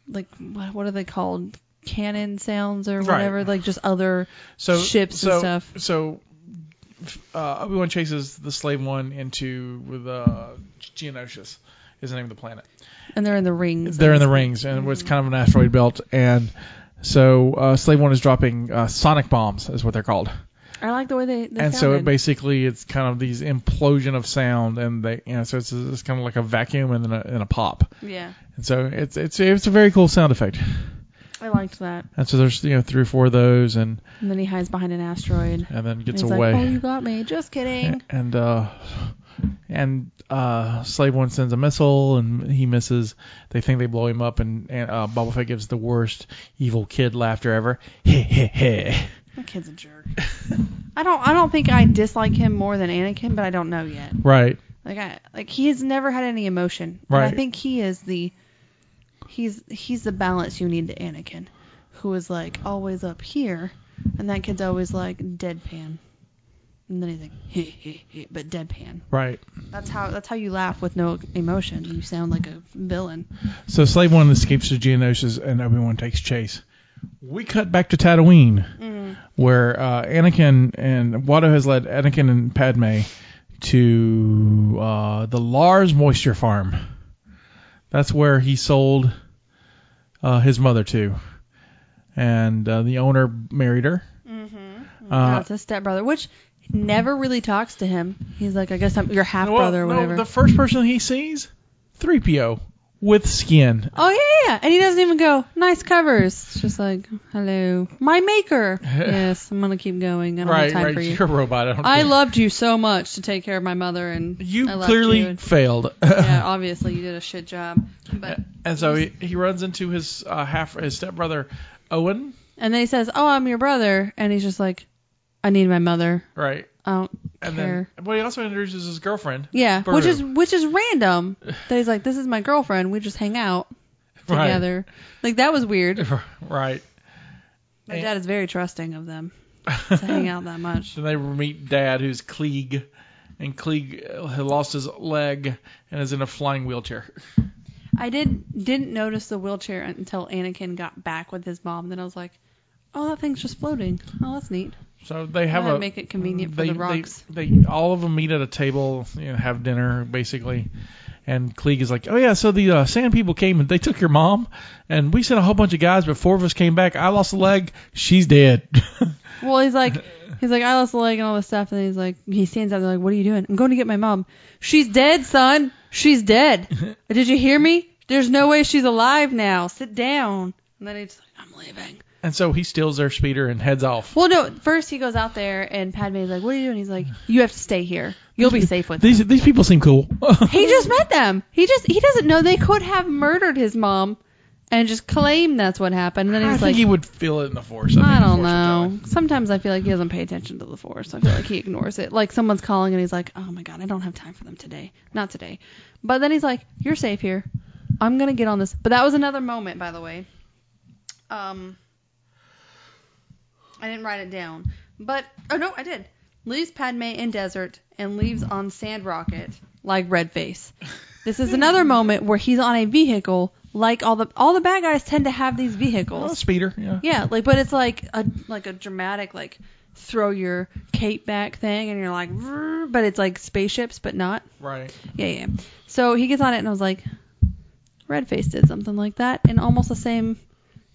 S1: like what, what are they called? Cannon sounds or
S2: Right.
S1: whatever, like just other
S2: so,
S1: ships
S2: so,
S1: and stuff.
S2: So uh, Obi Wan chases the slave one into with uh, Geonosis is the name of the planet.
S1: And they're in the rings.
S2: They're in the rings, and it's kind of an asteroid belt. And so uh, Slave One is dropping uh, sonic bombs, is what they're called.
S1: I like the way they, they
S2: and so
S1: sounded.
S2: it basically it's kind of these implosion of sound and they you know so it's, it's kind of like a vacuum and then a, and a pop
S1: yeah,
S2: and so it's it's it's a very cool sound effect
S1: I liked that.
S2: and so there's you know three or four of those and
S1: And then he hides behind an asteroid.
S2: and then
S1: And
S2: gets
S1: he's
S2: away
S1: like, "Oh, you got me! Just kidding."
S2: and uh and uh slave one sends a missile and he misses they think they blow him up and and uh Boba Fett gives the worst evil kid laughter ever *laughs* heh heh heh
S1: That kid's a jerk. I don't. I don't think I dislike him more than Anakin, but I don't know yet.
S2: right
S1: Like I like he has never had any emotion. And
S2: Right.
S1: I think he is the he's he's the balance you need to Anakin, who is like always up here, and that kid's always like deadpan. And then he's like, hey, hey, hey, but deadpan.
S2: right
S1: That's how that's how you laugh with no emotion. You sound like a villain.
S2: So Slave One escapes to Geonosis, and Obi Wan takes chase. We cut back to Tatooine,
S1: Mm-hmm.
S2: where uh, Anakin and Watto has led Anakin and Padme to uh, the Lars Moisture Farm. That's where he sold uh, his mother to, and uh, the owner married her. Mm-hmm.
S1: That's his stepbrother, which never really talks to him. He's like, I guess I'm your half brother or whatever.
S2: the first person he sees, 3PO with skin.
S1: oh yeah, yeah, yeah, and he doesn't even go. Nice covers. It's just like, hello, my
S2: *laughs*
S1: maker. yes, I'm gonna keep going. I don't have
S2: Right,
S1: time
S2: right.
S1: for you.
S2: You're a robot. I, don't
S1: I
S2: care.
S1: loved you so much to take care of my mother, and
S2: You
S1: I loved
S2: clearly
S1: you, and-
S2: failed.
S1: *laughs* yeah, obviously you did a shit job. But
S2: *laughs* and so he, he runs into his uh, half his stepbrother Owen,
S1: and then he says, "Oh, I'm your brother," and he's just like, "I need my mother.
S2: right?
S1: I don't
S2: And
S1: care."
S2: then well, he also introduces his girlfriend, *laughs*
S1: yeah,
S2: Bru.
S1: which is which is
S2: *laughs*
S1: random. That he's like, "This is my girlfriend. We just hang out
S2: Right.
S1: together." Like that was weird.
S2: right?
S1: My
S2: And-
S1: dad is very trusting of
S2: *laughs*
S1: them to hang out that much.
S2: Then they meet Dad, who's Klieg, and Klieg uh, had lost his leg and is in a flying wheelchair.
S1: I did didn't notice the wheelchair until Anakin got back with his mom. Then I was like, "Oh, that thing's just floating. Oh, that's neat."
S2: So they have
S1: Yeah,
S2: a
S1: make it convenient for
S2: Mm, they,
S1: the rocks.
S2: They, they all of them meet at a table and have dinner basically. And Klieg is like, oh yeah, so the uh, sand people came and they took your mom, and we sent a whole bunch of guys, but four of us came back. I lost a leg, she's dead. *laughs*
S1: Well, he's like, he's like, I lost a leg and all this stuff, and he's like, he stands up, they're like, what are you doing? I'm going to get my mom. She's dead, son. She's
S2: *laughs*
S1: dead. Did you hear me? There's no way she's alive now. Sit down. And then he's like, I'm leaving.
S2: and so he steals their speeder and heads off.
S1: Well, no, first he goes out there, and Padme's like, what are you doing? He's like, you have to stay here. You'll be safe
S2: *laughs*
S1: with
S2: These these people seem cool.
S1: *laughs* He just met them. He just he doesn't know they could have murdered his mom and just claim that's what happened. And then
S2: *laughs* I
S1: he's
S2: think
S1: like,
S2: he would feel it in the force. I,
S1: I
S2: think the
S1: don't
S2: Force would tell
S1: know.
S2: him.
S1: Sometimes I feel like he doesn't pay attention to the force. I feel like he ignores it. Like someone's calling and he's like, "Oh my god, I don't have time for them today. Not today." But then he's like, "You're safe here. I'm gonna get on this." But that was another moment, by the way. Um, I didn't write it down, but oh no, I did. Leaves Padme in desert and leaves on Sand Rocket like Red Face. This is another moment where he's on a vehicle. Like all the all the bad guys tend to have these vehicles.
S2: Well, Oh, speeder, yeah.
S1: Yeah, like but it's like a like a dramatic like throw your cape back thing and you're like "Vrr," but it's like spaceships but not.
S2: Right.
S1: Yeah, yeah. So he gets on it and I was like Redface did something like that in almost the same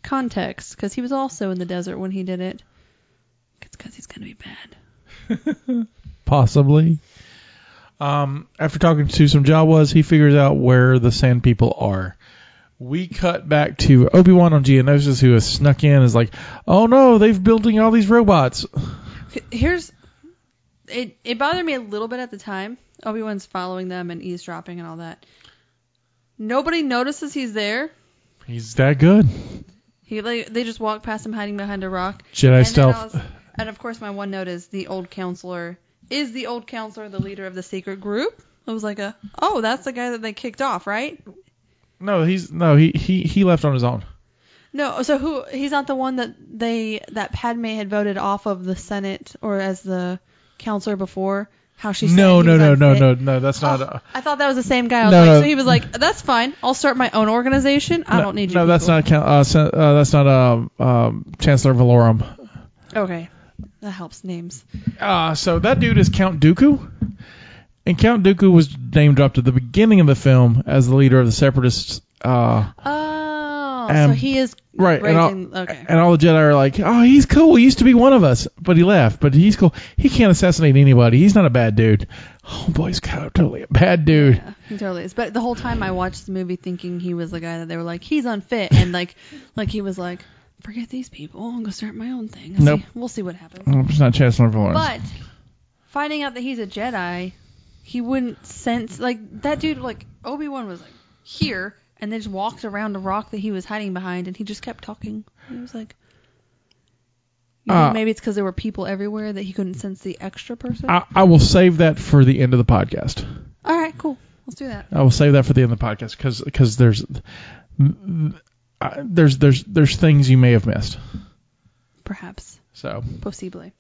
S1: context cuz he was also in the desert when he did it. It's cuz he's going to be bad.
S2: Possibly. Um, after talking to some Jawas, he figures out where the sand people are. We cut back to Obi Wan on Geonosis, who has snuck in. and Is like, oh no, they've building all these robots.
S1: Here's it it bothered me a little bit at the time. Obi-Wan's following them and eavesdropping and all that. Nobody notices he's there.
S2: He's that good.
S1: He like they just walk past him hiding behind a rock.
S2: Jedi
S1: And then I
S2: stealth.
S1: was- and of course, my one note is the old counselor is the old counselor the leader of the secret group. It was like a oh, that's the guy that they kicked off, right?
S2: No, he's no, he he he left on his own.
S1: No, so who he's not the one that they that Padme had voted off of the Senate or as the counselor before. How she said
S2: No,
S1: he
S2: no,
S1: was
S2: no, no,
S1: unfit.
S2: no, no. That's not.
S1: Oh,
S2: uh,
S1: I thought that was the same guy. I was
S2: No,
S1: like,
S2: no.
S1: so he was like, "That's fine. I'll start my own organization. I
S2: no,
S1: don't need you."
S2: No, that's
S1: people."
S2: not. Count, uh, sen- uh, that's not. Um, um, Chancellor Valorum.
S1: Okay, that helps names.
S2: Uh, so that dude is Count Dooku. And Count Dooku was name dropped at the beginning of the film as the leader of the separatists. Uh,
S1: Oh, so
S2: Um,
S1: he is
S2: right. And all,
S1: raising. okay.
S2: and all the Jedi are like, oh, he's cool. He used to be one of us, but he left. But he's cool. He can't assassinate anybody. He's not a bad dude. Oh, boy, he's kind of totally a bad dude.
S1: Yeah, he totally is. But the whole time I watched the movie thinking he was the guy that they were like, he's unfit, and like, like he was like, forget these people, I'm gonna start my own thing. I'll
S2: Nope.
S1: see- we'll see what happens.
S2: Oh, It's not Chancellor Valorum.
S1: But finding out that he's a Jedi, he wouldn't sense like that dude. Like Obi Wan was like here, and then just walked around a rock that he was hiding behind, and he just kept talking. He was like. You think
S2: Uh,
S1: maybe it's because there were people everywhere that he couldn't sense the extra person.
S2: I, I will save that for the end of the podcast.
S1: All right, cool. Let's do that.
S2: I will save that for the end of the podcast because there's uh, there's there's there's things you may have missed.
S1: Perhaps,
S2: So.
S1: possibly.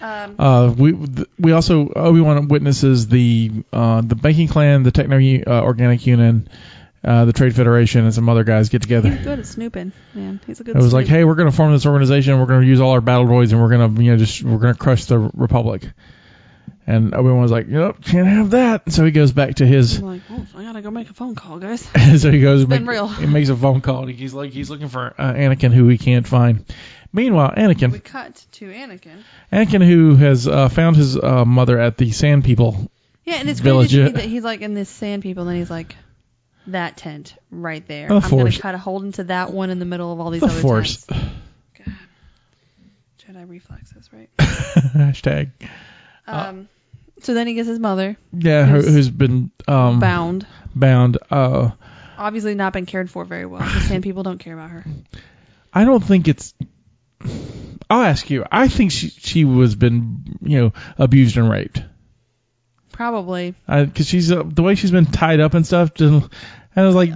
S1: Um,
S2: Uh, we th- we also Obi Wan witnesses the uh, the banking clan, the techno uh, organic union, uh, the trade federation, and some other guys get together.
S1: He's good at snooping, man. He's a good.
S2: It was like,
S1: snoop.
S2: hey, we're going to form this organization. We're going to use all our battle droids, and we're going to you know just we're going to crush the republic. And Obi Wan was like, yep, can't have that. So he goes back to his. *laughs*
S1: I'm like, oh, I gotta go make a phone call, guys.
S2: so he goes.
S1: been
S2: Make,
S1: real.
S2: He makes a phone call. And he's like, he's looking for uh, Anakin, who he can't find. Meanwhile, Anakin.
S1: We cut to Anakin.
S2: Anakin, who has uh, found his uh, mother at the Sand People. *laughs*
S1: Yeah, and it's
S2: Village
S1: crazy to
S2: it.
S1: me that he's like in this sand people, and then he's like, that tent right there.
S2: The
S1: I'm
S2: Force.
S1: gonna try to hold into that one in the middle of all these
S2: The
S1: other
S2: Force.
S1: tents. God. Jedi reflexes,
S2: *laughs*
S1: right?
S2: Hashtag. Uh,
S1: Um, so then he gets his mother
S2: Yeah, who,
S1: Who's
S2: who's been um, bound.
S1: bound,
S2: Uh,
S1: obviously not been cared for very well. The sand people don't care about her.
S2: I don't think it's. I'll ask you. I think she she was been you know abused and raped
S1: Probably.
S2: because she's uh, the way she's been tied up and stuff. Just, and I was like,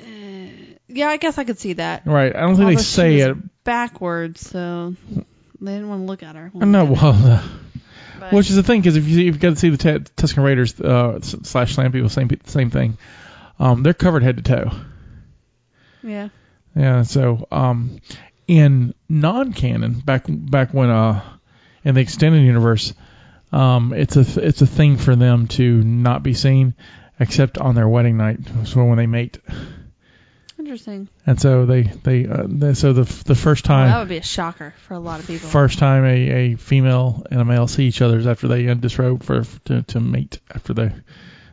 S1: Eh. Yeah, I guess I could see that.
S2: right. I don't think
S1: Although
S2: they
S1: she
S2: say
S1: was
S2: it.
S1: backwards, so they didn't want to look at her.
S2: No, well, uh,
S1: But-
S2: which is the thing because if you see- if you got to see the t- Tuscan Raiders uh, s- slash Slam people, same pe- same thing. Um, they're covered head to toe.
S1: yeah.
S2: Yeah, so um, in non-canon, back back when uh, in the extended universe, um, it's a it's a thing for them to not be seen except on their wedding night, so when they mate.
S1: Interesting.
S2: And so they they, uh, they so the the first
S1: Well,
S2: time
S1: that would be a shocker for a lot of people.
S2: First time a, a female and a male see each other is after they uh, disrobe for to, to mate after they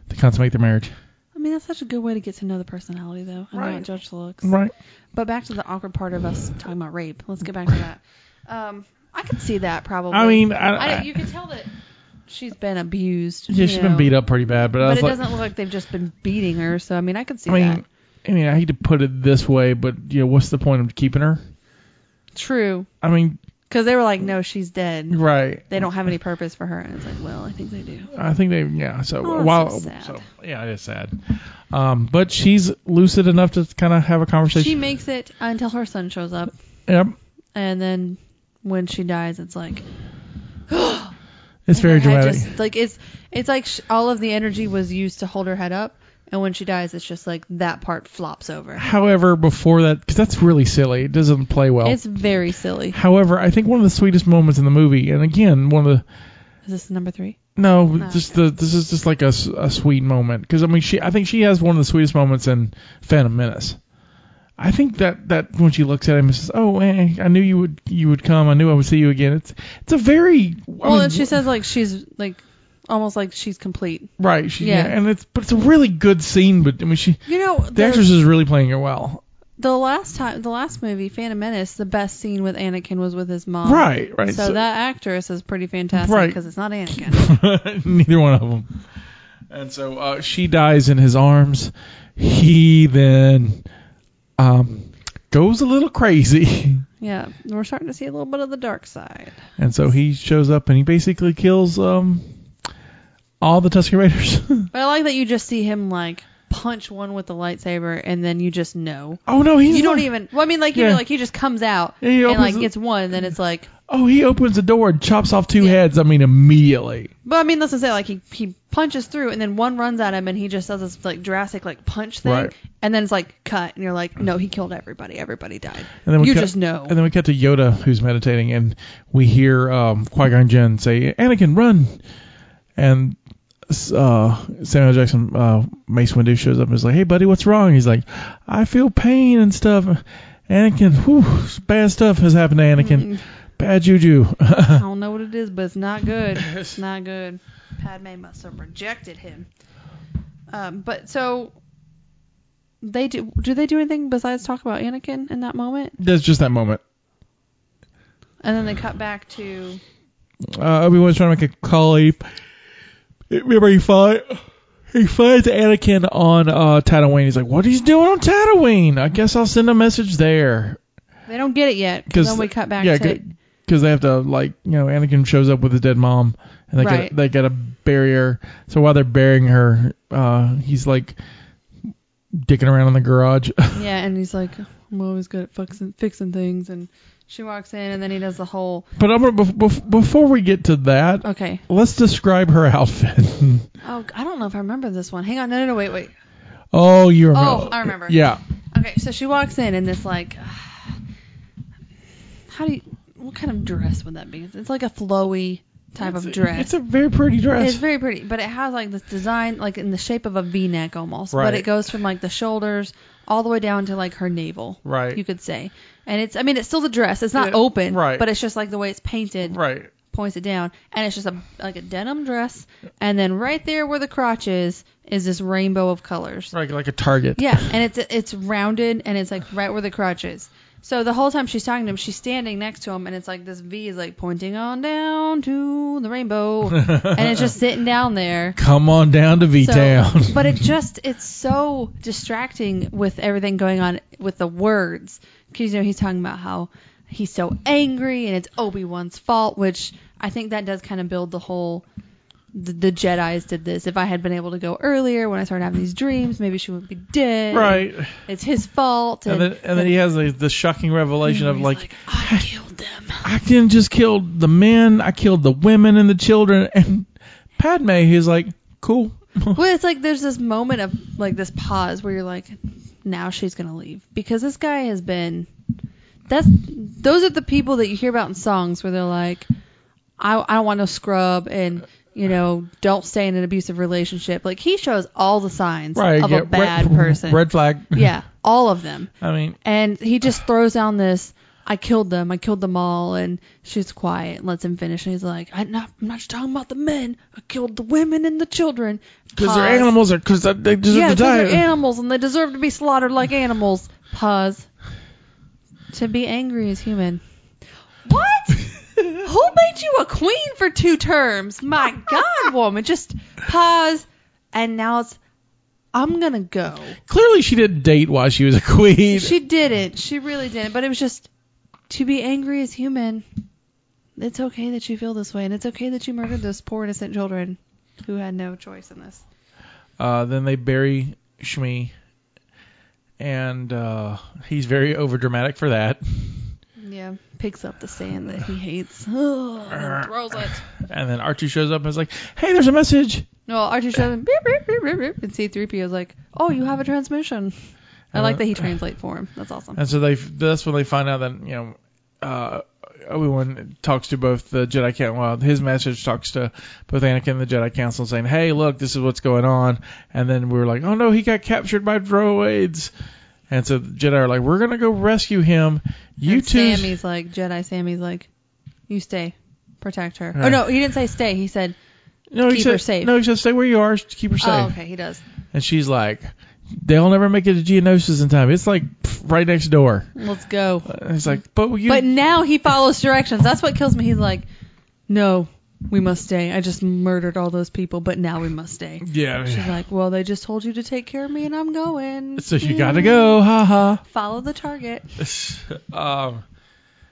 S2: to consummate their marriage.
S1: I mean, that's such a good way to get to know the personality, though, and
S2: Right.
S1: not judge the looks.
S2: Right.
S1: But back to the awkward part of us talking about rape. Let's get back to that. Um, I could see that probably.
S2: I mean, I, I,
S1: I, you could tell that she's been abused.
S2: yeah,
S1: you
S2: she's
S1: know,
S2: been beat up pretty bad, but, I
S1: But
S2: was
S1: it
S2: like,
S1: doesn't look like they've just been beating her. So I mean, I could see
S2: I mean,
S1: that.
S2: I mean, I hate to put it this way, but you know, what's the point of keeping her?
S1: True,
S2: I mean,
S1: because they were like, no, she's dead.
S2: right.
S1: They don't have any purpose for her, and it's like, well, I think they do.
S2: I think they, yeah. So
S1: Oh, that's
S2: while,
S1: so sad.
S2: yeah, it is sad. Um, but she's lucid enough to kind of have a
S1: She
S2: conversation.
S1: makes it until her son shows up,
S2: yep.
S1: and then when she dies, it's like
S2: It's
S1: And
S2: very
S1: her head
S2: dramatic.
S1: Just, like it's it's like sh- all of the energy was used to hold her head up, and when she dies, it's just like that part flops over.
S2: However, before that, because that's really silly. It doesn't play well.
S1: It's very silly.
S2: However, I think one of the sweetest moments in the movie, and again, one of the
S1: Is this number three?
S2: no,
S1: Oh,
S2: just the this is just like a, s- a sweet moment because I mean she I think she has one of the sweetest moments in Phantom Menace. I think that that when she looks at him and says, "Oh, eh, I knew you would you would come. I knew I would see you again." It's it's a very
S1: Well, and she says like she's like almost like she's complete.
S2: right, she, yeah.
S1: Yeah.
S2: and it's but it's a really good scene. But I mean, she
S1: You know,
S2: the
S1: the,
S2: actress is really playing it well.
S1: the last time, the last movie, Phantom Menace, the best scene with Anakin was with his mom.
S2: right, right.
S1: Um, So, that actress is pretty fantastic
S2: Right.
S1: because it's not Anakin.
S2: *laughs* Neither one of them. And so uh, she dies in his arms. He then um, goes a little crazy. *laughs*
S1: yeah, we're starting to see a little bit of the dark side.
S2: And so he shows up and he basically kills um, all the Tusker Raiders. *laughs*
S1: But I like that you just see him like punch one with the lightsaber, and then you just know.
S2: oh no, he's
S1: you don't
S2: not-
S1: even. Well, I mean, like you
S2: Yeah.
S1: know, like he just comes out
S2: Yeah, he
S1: and
S2: opens
S1: like
S2: the-
S1: gets one, and then it's like.
S2: Oh, he opens the door and chops off two
S1: Yeah.
S2: heads. I mean, immediately.
S1: But I mean, let's just say like he he punches through, and then one runs at him, and he just does this like drastic like punch thing,
S2: Right.
S1: and then it's like cut, and you're like, no, he killed everybody. Everybody died.
S2: And then we
S1: you
S2: cut,
S1: just know.
S2: And then we cut to Yoda who's meditating, and we hear um, Qui Gon Jinn say, "Anakin, run!" And uh, Samuel Jackson, uh, Mace Windu shows up and is like, "Hey, buddy, what's wrong?" He's like, "I feel pain and stuff." Anakin, whew, bad stuff has happened to Anakin.
S1: Mm-hmm.
S2: Bad juju. *laughs*
S1: I don't know what it is, but it's not good. It's not good. Padme must have rejected him. Um, but so they do. Do they do anything besides talk about Anakin in that moment?
S2: That's just that moment.
S1: And then they cut back to
S2: Uh, Obi Wan's trying to make a call. He, remember, he fought. He finds Anakin on uh, Tatooine. He's like, "What are you doing on Tatooine? I guess I'll send a message there."
S1: they don't get it yet. Because
S2: Because
S1: then we cut back
S2: yeah,
S1: to
S2: because they have to like you know Anakin shows up with his dead mom, and they
S1: Right.
S2: get they get a barrier. So while they're burying her, uh, he's like dicking around in the garage. *laughs*
S1: yeah, and he's like, I'm always good at fixing fixing things, and she walks in, and then he does the whole
S2: but I'm gonna, bef- bef- before we get to that,
S1: okay.
S2: let's describe her outfit. *laughs*
S1: Oh, I don't know if I remember this one. Hang on, no, no, no, wait, wait.
S2: oh, you remember?
S1: Oh, I remember.
S2: Yeah,
S1: Okay, so she walks in in this like, *sighs* how do you? What kind of dress would that be? It's like a flowy type of
S2: It's-
S1: dress.
S2: It's a very pretty dress.
S1: It's very pretty, but it has like this design, like in the shape of a V-neck almost.
S2: Right.
S1: But it goes from like the shoulders all the way down to like her navel.
S2: Right.
S1: You could say, and it's. I mean, it's still the dress. It's not
S2: Yeah,
S1: open.
S2: right.
S1: But it's just like the way it's painted.
S2: right.
S1: Points it down, and it's just a like a denim dress. And then right there where the crotch is is this rainbow of colors.
S2: Right, like a target.
S1: Yeah, and it's it's rounded and it's like right where the crotch is. So the whole time she's talking to him, she's standing next to him, and it's like this V is like pointing on down to the rainbow, and it's just sitting down there.
S2: Come on down to *laughs* V
S1: So-
S2: Town. *laughs*
S1: but it just it's so distracting with everything going on with the words because you know he's talking about how he's so angry and it's Obi Wan's fault, which I think that does kind of build the whole. The, the Jedi's did this. If I had been able to go earlier when I started having these dreams, maybe she wouldn't be dead.
S2: right.
S1: It's his fault.
S2: And
S1: And,
S2: then, and then he has the, the shocking revelation of
S1: he's "Ah."
S2: like,
S1: I killed them.
S2: I didn't just kill the men, I killed the women and the children. And Padme, he's like,
S1: *laughs*
S2: cool.
S1: Well, it's like there's this moment of like this pause where you're like, now she's gonna leave because this guy has been. That's those are the people that you hear about in songs where they're like, I I don't want no scrub and you know don't stay in an abusive relationship. Like he shows all the signs
S2: Right.
S1: of
S2: yeah,
S1: a bad
S2: red,
S1: person.
S2: Red flag.
S1: Yeah, all of them.
S2: *laughs* I mean,
S1: And he just throws down this, I killed them, I killed them all, and she's quiet and lets him finish. And he's like, I'm not, I'm not just talking about the men, I killed the women and the children.
S2: because
S1: Pause.
S2: they're animals, or because they deserve
S1: Yeah,
S2: to
S1: 'cause
S2: die.
S1: they're animals, and they deserve to be slaughtered like animals. Pause. To be angry is human. What?
S2: *laughs*
S1: Who made you a queen for two terms? My God, woman, just pause. And now it's, I'm gonna go.
S2: Clearly, she didn't date while she was a queen.
S1: She didn't. She really didn't. But it was just to be angry is human. It's okay that you feel this way, and it's okay that you murdered those poor innocent children who had no choice in this.
S2: Uh, then they bury Shmi, and uh, he's very overdramatic for that. *laughs*
S1: Yeah, picks up the sand that he *sighs* hates Ugh, and throws it.
S2: And then Archie shows up and is like, "Hey, there's a message."
S1: No, Archie shows him beep, beep, beep, beep, beep, and C-3PO is like, "Oh, you have a transmission." I like that
S2: Uh,
S1: he translates for him. That's awesome.
S2: And so they that's when they find out that you know uh, Obi Wan talks to both the Jedi Council. Well, his message talks to both Anakin and the Jedi Council, saying, "Hey, look, this is what's going on." And then we were like, "Oh no, he got captured by droids." And so the Jedi are like, "We're gonna go rescue him." You
S1: and
S2: two,
S1: Sammy's like Jedi. Sammy's like, "You stay, protect her."
S2: Yeah.
S1: Oh no, he didn't say stay. He said,
S2: no, he
S1: keep
S2: said,
S1: her safe.
S2: No, he said, "Stay where you are. Keep her safe."
S1: "Oh, okay, he does."
S2: And she's like, "They'll never make it to Geonosis in time. It's like pff, right next door."
S1: Let's go.
S2: And it's like, "But you,
S1: But now he follows directions. That's what kills me. He's like, no, we must stay. I just murdered all those people, but now we must stay.
S2: yeah."
S1: She's like, well, they just told you to take care of me, and I'm going.
S2: so she gotta go, haha.
S1: Follow the target.
S2: *laughs* um,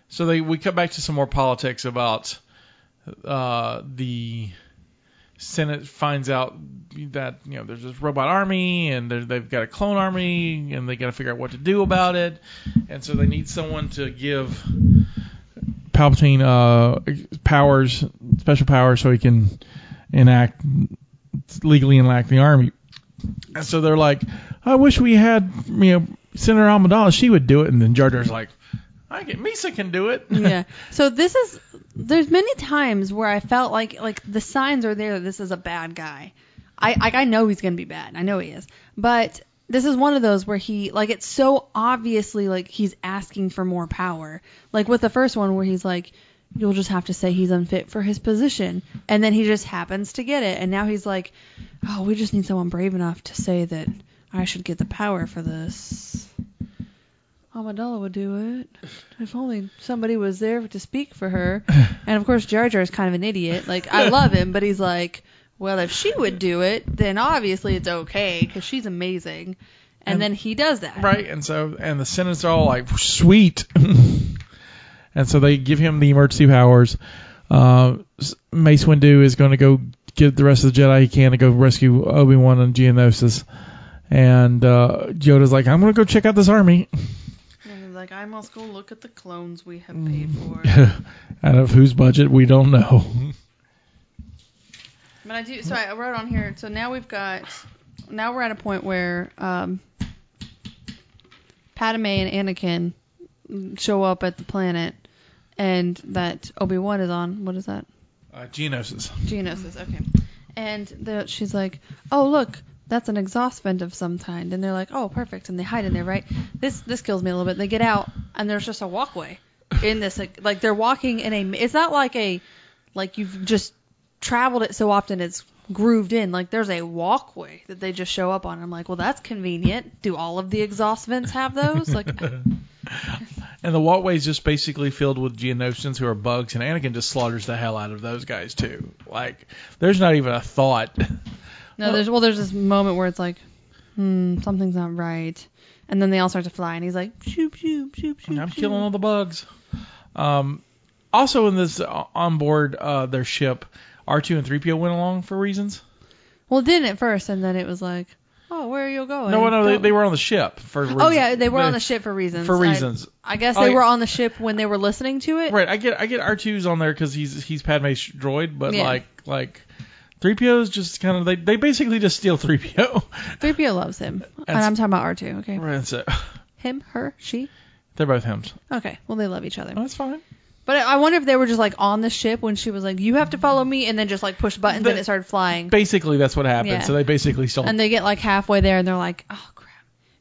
S2: so they we come back to some more politics about uh, the Senate finds out that you know there's this robot army and they're- they've got a clone army and they got to figure out what to do about it, and so they need someone to give Palpatine uh, powers, special powers, so he can enact legally enact the army. And so they're like, I wish we had you know Senator Amidala, she would do it, and then Jar Jar's like, I get Misa can do it.
S1: *laughs* yeah. So this is there's many times where I felt like like the signs are there that this is a bad guy. I like I know he's gonna be bad. I know he is. But this is one of those where he like it's so obviously like he's asking for more power. Like with the first one where he's like you'll just have to say he's unfit for his position and then he just happens to get it and now he's like oh we just need someone brave enough to say that I should get the power for this. Amidala would do it. If only somebody was there to speak for her. And of course, Jar Jar is kind of an idiot. Like, I love him, but he's like, well, if she would do it, then obviously it's okay because she's amazing. And, then he does that.
S2: Right, and so and the Senate's are all like, sweet, *laughs* and so they give him the emergency powers. Uh, S- Mace Windu is going to go get the rest of the Jedi he can to go rescue Obi Wan and Geonosis, and uh, Yoda's like, I'm going to go check out this army. *laughs*
S1: And he's like, I must go look at the clones we have paid for.
S2: *laughs* out of whose budget we don't know.
S1: But I do. So I wrote on here. So now we've got. Now we're at a point where um, Padme and Anakin show up at the planet, and that Obi Wan is on. What is that?
S2: *laughs* Uh, Geonosis.
S1: Geonosis. Okay. And the, she's like, "Oh look, that's an exhaust vent of some kind." And they're like, "Oh, perfect." And they hide in there, right? This this kills me a little bit. They get out, and there's just a walkway in this. Like, like they're walking in a. It's not like a, like you've just traveled it so often it's grooved in. Like there's a walkway that they just show up on. I'm like, well, that's convenient. Do all of the exhaust vents have those? Like,
S2: And the walkway is just basically filled with Geonosians who are bugs, and Anakin just slaughters the hell out of those guys too. Like, there's not even a thought.
S1: No, there's well, there's this moment where it's like, hmm, something's not right, and then they all start to fly, and he's like, shoop, shoop, shoop, shoop.
S2: I'm
S1: shoop.
S2: killing all the bugs. Um, also in this uh, on board uh, their ship, R2 and 3PO went along for reasons.
S1: Well, it didn't at first, and then it was like, oh, where are you going?
S2: No, no, they,
S1: Don't-
S2: they were on the ship for. Reasons.
S1: Oh yeah, they were on the ship for reasons.
S2: for
S1: I-
S2: reasons.
S1: I, guess
S2: Oh,
S1: they
S2: yeah.
S1: were on the ship when they were listening to it.
S2: Right, I get I get R2's on there because he's he's Padme's droid, but
S1: Yeah.
S2: like like 3PO's just kind of they they basically just steal 3PO.
S1: 3PO loves him, and
S2: That's-
S1: I'm talking about R2. Okay,
S2: *laughs* Right, so
S1: him, her, she.
S2: they're both hymns.
S1: Okay, well they love each other.
S2: That's fine.
S1: But I I wonder if they were just like on the ship when she was like, "You have to follow me," and then just like push buttons
S2: But-
S1: and it started flying.
S2: Basically, that's what happened.
S1: Yeah.
S2: So they basically sold.
S1: And they get like halfway there and they're like, "Oh crap,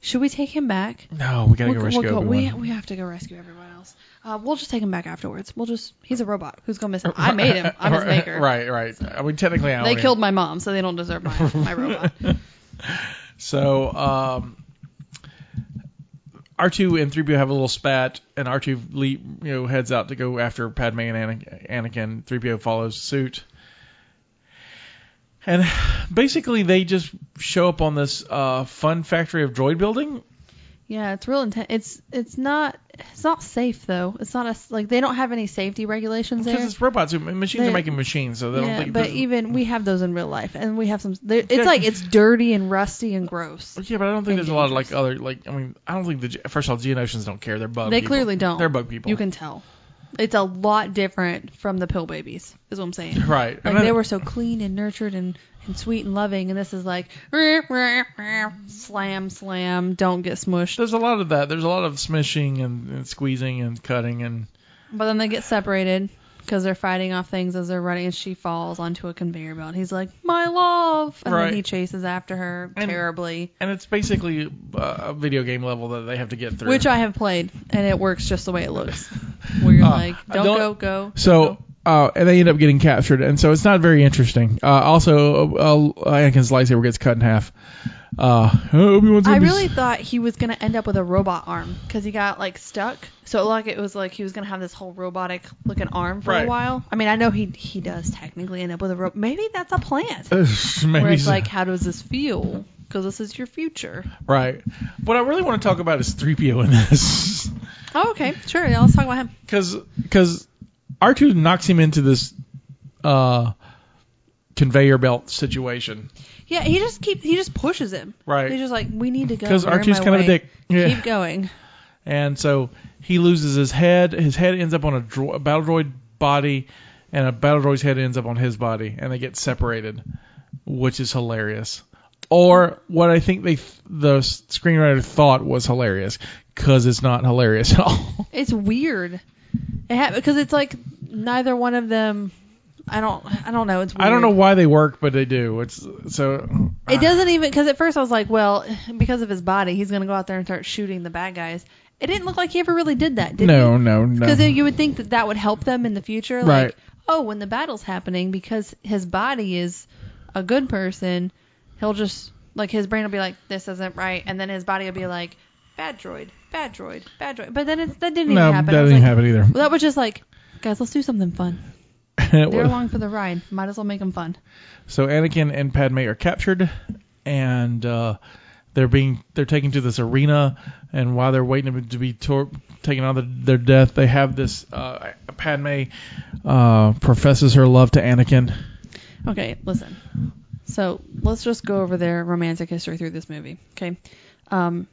S1: should we take him back?"
S2: no, we
S1: We'll-
S2: gotta go
S1: we'll
S2: rescue
S1: go-
S2: everyone.
S1: we we have to go rescue everyone else. Uh, we'll just take him back afterwards. We'll just he's a robot. Who's gonna miss
S2: *laughs*
S1: him? I made him. I'm his maker.
S2: Right, right. I mean, technically, I
S1: They
S2: own him.
S1: killed my mom, so they don't deserve my
S2: *laughs*
S1: my robot.
S2: So um, R2 and 3PO have a little spat, and R2 le- you know heads out to go after Padme and Ana- Anakin. 3PO follows suit. And basically, they just show up on this uh, fun factory of droid building.
S1: Yeah, it's real intense. It's it's not it's not safe though. It's not a s like they don't have any safety regulations
S2: Because
S1: there.
S2: it's robots. who- Machines are
S1: They-
S2: making machines, so they don't
S1: yeah,
S2: think.
S1: but
S2: this-
S1: even we have those in real life, and we have some. there- It's
S2: Yeah.
S1: like it's dirty and rusty and gross.
S2: yeah, but I don't
S1: and
S2: think there's a lot of like
S1: dangerous.
S2: other like. I mean, I don't think the Ge- first of all, Geonosians don't care. They're bug.
S1: They
S2: people.
S1: clearly don't.
S2: They're bug people.
S1: You can tell. It's a lot different from the pill babies, is what I'm
S2: *laughs*
S1: saying.
S2: right.
S1: Like
S2: And I-
S1: they were so clean and nurtured and, and sweet and loving, and this is like *laughs* "Rah, rah, rah, slam slam, don't get smushed.
S2: There's a lot of that. There's a lot of smishing and, and squeezing and cutting and
S1: But then they get separated because they're fighting off things as they're running, and she falls onto a conveyor belt. He's like, "My love," and
S2: Right.
S1: then he chases after her
S2: And-
S1: terribly,
S2: and it's basically uh, a video game level that they have to get through.
S1: which I have played, and it works just the way it
S2: *laughs*
S1: looks. Where you're
S2: Uh,
S1: like,
S2: I
S1: "Don't,
S2: don't-
S1: go, go."
S2: so uh, and they end up getting captured, and so it's not very interesting. Uh, also, uh, uh, Anakin's lightsaber gets cut in half. Uh, Obi Wan's.
S1: I
S2: *laughs*
S1: really thought he was gonna end up with a robot arm because he got like stuck. So like it was like he was gonna have this whole robotic looking arm for
S2: Right.
S1: a while. I mean, I know he he does technically end up with a robot. Maybe that's a plant.
S2: maybe
S1: Where it's
S2: so.
S1: like, how does this feel? Because this is your future.
S2: right. What I really want to talk about is 3PO in this. *laughs*
S1: Oh, okay, sure. Yeah, let's talk about him.
S2: because because R2 knocks him into this uh, conveyor belt situation.
S1: Yeah, he just keep he just pushes him.
S2: Right.
S1: He's just like, we need to go.
S2: 'Cause
S1: You're in
S2: Archie's
S1: my
S2: kind of a
S1: way.
S2: dick. Yeah.
S1: Keep going.
S2: and so he loses his head. His head ends up on a, dro- a battle droid body, and a battle droid's head ends up on his body, and they get separated, which is hilarious. Or what I think they th- the s- screenwriter thought was hilarious, because it's not hilarious at all. *laughs*
S1: It's weird. It ha- because it's like neither one of them. I don't. I don't know. It's. Weird.
S2: I don't know why they work, but they do. It's so. uh,
S1: It doesn't even because at first I was like, well, because of his body, he's gonna go out there and start shooting the bad guys. It didn't look like he ever really did that, did
S2: No,
S1: he?
S2: no, no.
S1: Because you would think that that would help them in the future,
S2: Uh-huh. Right.
S1: like, oh, when the battle's happening, because his body is a good person, he'll just like his brain will be like, this isn't right, and then his body will be like, bad droid, bad droid, bad droid. But then it, that didn't
S2: no,
S1: even
S2: that
S1: happen. I was
S2: didn't
S1: like,
S2: happen either. *laughs*
S1: Well, that was just like, guys, let's do something fun.
S2: And it
S1: They're
S2: was-
S1: along for the ride. Might as well make them fun.
S2: So Anakin and Padme are captured, and uh, they're being they're taken to this arena. And while they're waiting to be, to be tor- taken out of their death, they have this uh, Padme uh, professes her love to Anakin.
S1: Okay, listen. So let's just go over their romantic history through this movie. Okay. Um,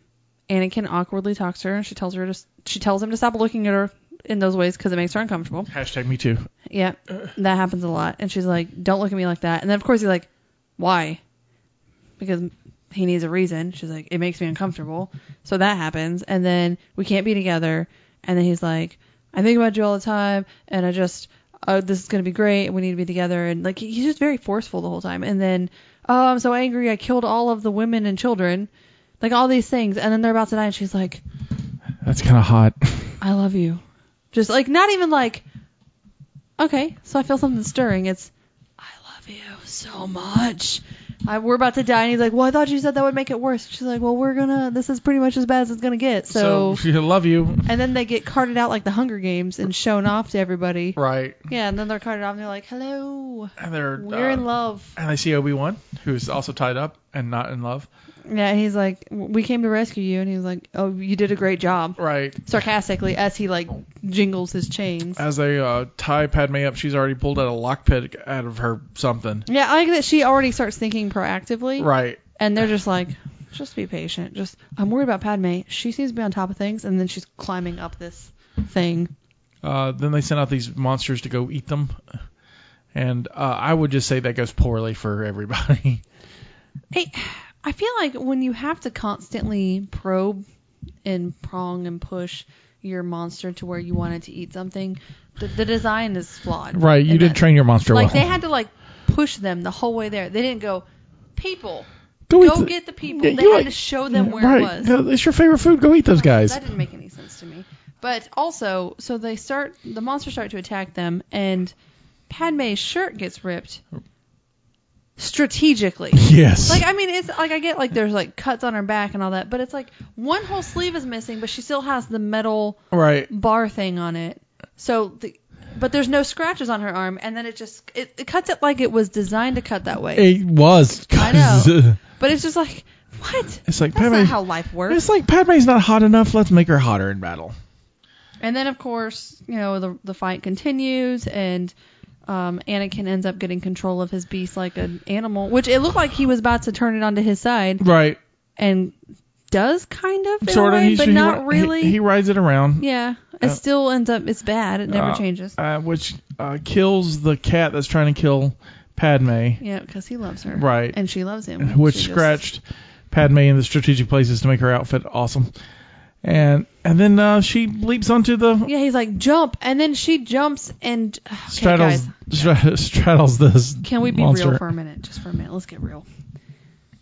S1: Anakin awkwardly talks to her, and she tells her to she tells him to stop looking at her in those ways because it makes her uncomfortable.
S2: Hashtag me too.
S1: Yeah, that happens a lot. And she's like, "Don't look at me like that." And then of course he's like, "Why?" Because he needs a reason. She's like, "It makes me uncomfortable." So that happens, and then we can't be together. And then he's like, "I think about you all the time, and I just, oh, this is gonna be great. We need to be together." And like, he- he's just very forceful the whole time. And then, "Oh, I'm so angry. I killed all of the women and children." Like all these things, and then they're about to die, and she's like,
S2: That's kind of hot.
S1: I love you. Just like not even like okay, so I feel something stirring. It's I love you so much. I, we're about to die, and he's like, "Well, I thought you said that would make it worse." She's like, "Well, we're gonna. This is pretty much as bad as it's gonna get."
S2: *laughs*
S1: So,
S2: I love you.
S1: *laughs* and then they get carted out like the Hunger Games and shown off to everybody.
S2: Right.
S1: Yeah, and then they're carted off, and they're like, "Hello,
S2: And they're
S1: we're
S2: uh,
S1: in love."
S2: And they see Obi Wan, who's also tied up and not in love.
S1: Yeah, and he's like, "We came to rescue you," and he was like, "Oh, you did a great job."
S2: Right.
S1: Sarcastically, as he like jingles his chains.
S2: As they uh, tie Padme up, she's already pulled out a lockpick out of her something.
S1: Yeah, I like that she already starts thinking proactively.
S2: Right.
S1: And they're just like, just be patient. Just I'm worried about Padme. She seems to be on top of things and then she's climbing up this thing.
S2: Uh, then they sent out these monsters to go eat them. And uh, I would just say that goes poorly for everybody.
S1: Hey, I feel like when you have to constantly probe and prong and push, your monster to where you wanted to eat something, the, the design is flawed.
S2: *laughs* Right, you
S1: in
S2: didn't
S1: that-
S2: train your monster
S1: Like
S2: well.
S1: they had to like push them the whole way there. They didn't go, people,
S2: go
S1: go
S2: th-
S1: get the people.
S2: Yeah,
S1: they
S2: you
S1: had
S2: like-
S1: to show them where
S2: right.
S1: it was.
S2: Go- It's your favorite food. Go eat those guys.
S1: That didn't make any sense to me. But also, so they start, the monsters start to attack them, and Padme's shirt gets ripped strategically.
S2: Yes.
S1: Like I mean, it's like I get like there's like cuts on her back and all that, but it's like one whole sleeve is missing, but she still has the metal
S2: right.
S1: bar thing on it. So, the, but there's no scratches on her arm, and then it just it, it cuts it like it was designed to cut that way.
S2: It was.
S1: I
S2: *laughs*
S1: know. But it's just like what?
S2: It's like
S1: That's
S2: Padme.
S1: not how life works.
S2: it's like Padme's not hot enough. Let's make her hotter in battle.
S1: And then, of course, you know, the the fight continues, and um, Anakin ends up getting control of his beast like an animal, which it looked like he was about to turn it onto his side,
S2: Right.
S1: and does kind of, in a
S2: Sort of.
S1: way,
S2: he-
S1: but
S2: he-
S1: not
S2: he-
S1: really.
S2: He, rides it around.
S1: yeah, it
S2: Uh,
S1: still ends up. It's bad. It never
S2: Uh,
S1: changes.
S2: Uh, which uh, kills the cat that's trying to kill Padme.
S1: Yeah, because he loves her,
S2: Right.
S1: And she loves him,
S2: which
S1: She just-
S2: scratched Padme in the strategic places to make her outfit awesome. And and then uh, she leaps onto the
S1: Yeah, he's like jump, and then she jumps and okay,
S2: straddles
S1: guys,
S2: stra- straddles this.
S1: Can we be
S2: monster.
S1: real for a minute? Just for a minute. Let's get real.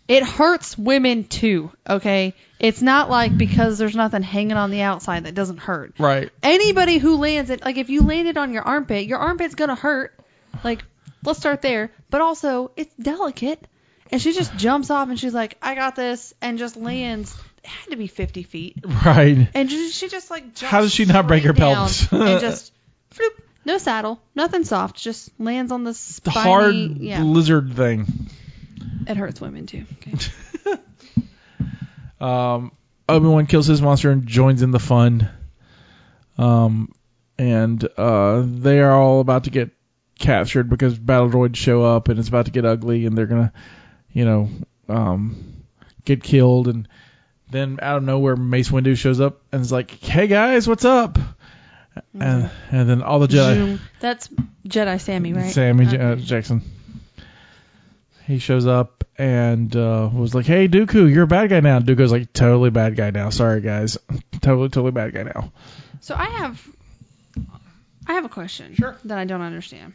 S1: It hurts women too, okay? It's not like because there's nothing hanging on the outside that doesn't hurt.
S2: Right.
S1: Anybody who lands it, like if you landed on your armpit, your armpit's going to hurt. Like, let's start there. But also, it's delicate. And she just jumps off and she's like, I got this, and just lands. It had to be 50 feet.
S2: Right.
S1: And ju- she just like jumps
S2: How does she not break her
S1: straight down
S2: pelvis? *laughs*
S1: and just floop, no saddle, nothing soft, just lands on the
S2: The
S1: spiny.
S2: hard
S1: yeah,
S2: lizard thing.
S1: it hurts women too. Okay.
S2: Um, Obi Wan kills his monster and joins in the fun. Um, and uh, they are all about to get captured because battle droids show up and it's about to get ugly and they're gonna, you know, um, get killed. And then out of nowhere, Mace Windu shows up and is like, "Hey guys, what's up?" And and then all the *laughs* Jedi.
S1: Zoom. That's Jedi Sammy, right?
S2: Sammy J- uh,
S1: Okay.
S2: Jackson. He shows up and uh, was like, "Hey, Dooku, you're a bad guy now." Dooku's like, "Totally bad guy now. Sorry, guys. Totally, totally bad guy now."
S1: So I have, I have a question
S2: Sure.
S1: that I don't understand.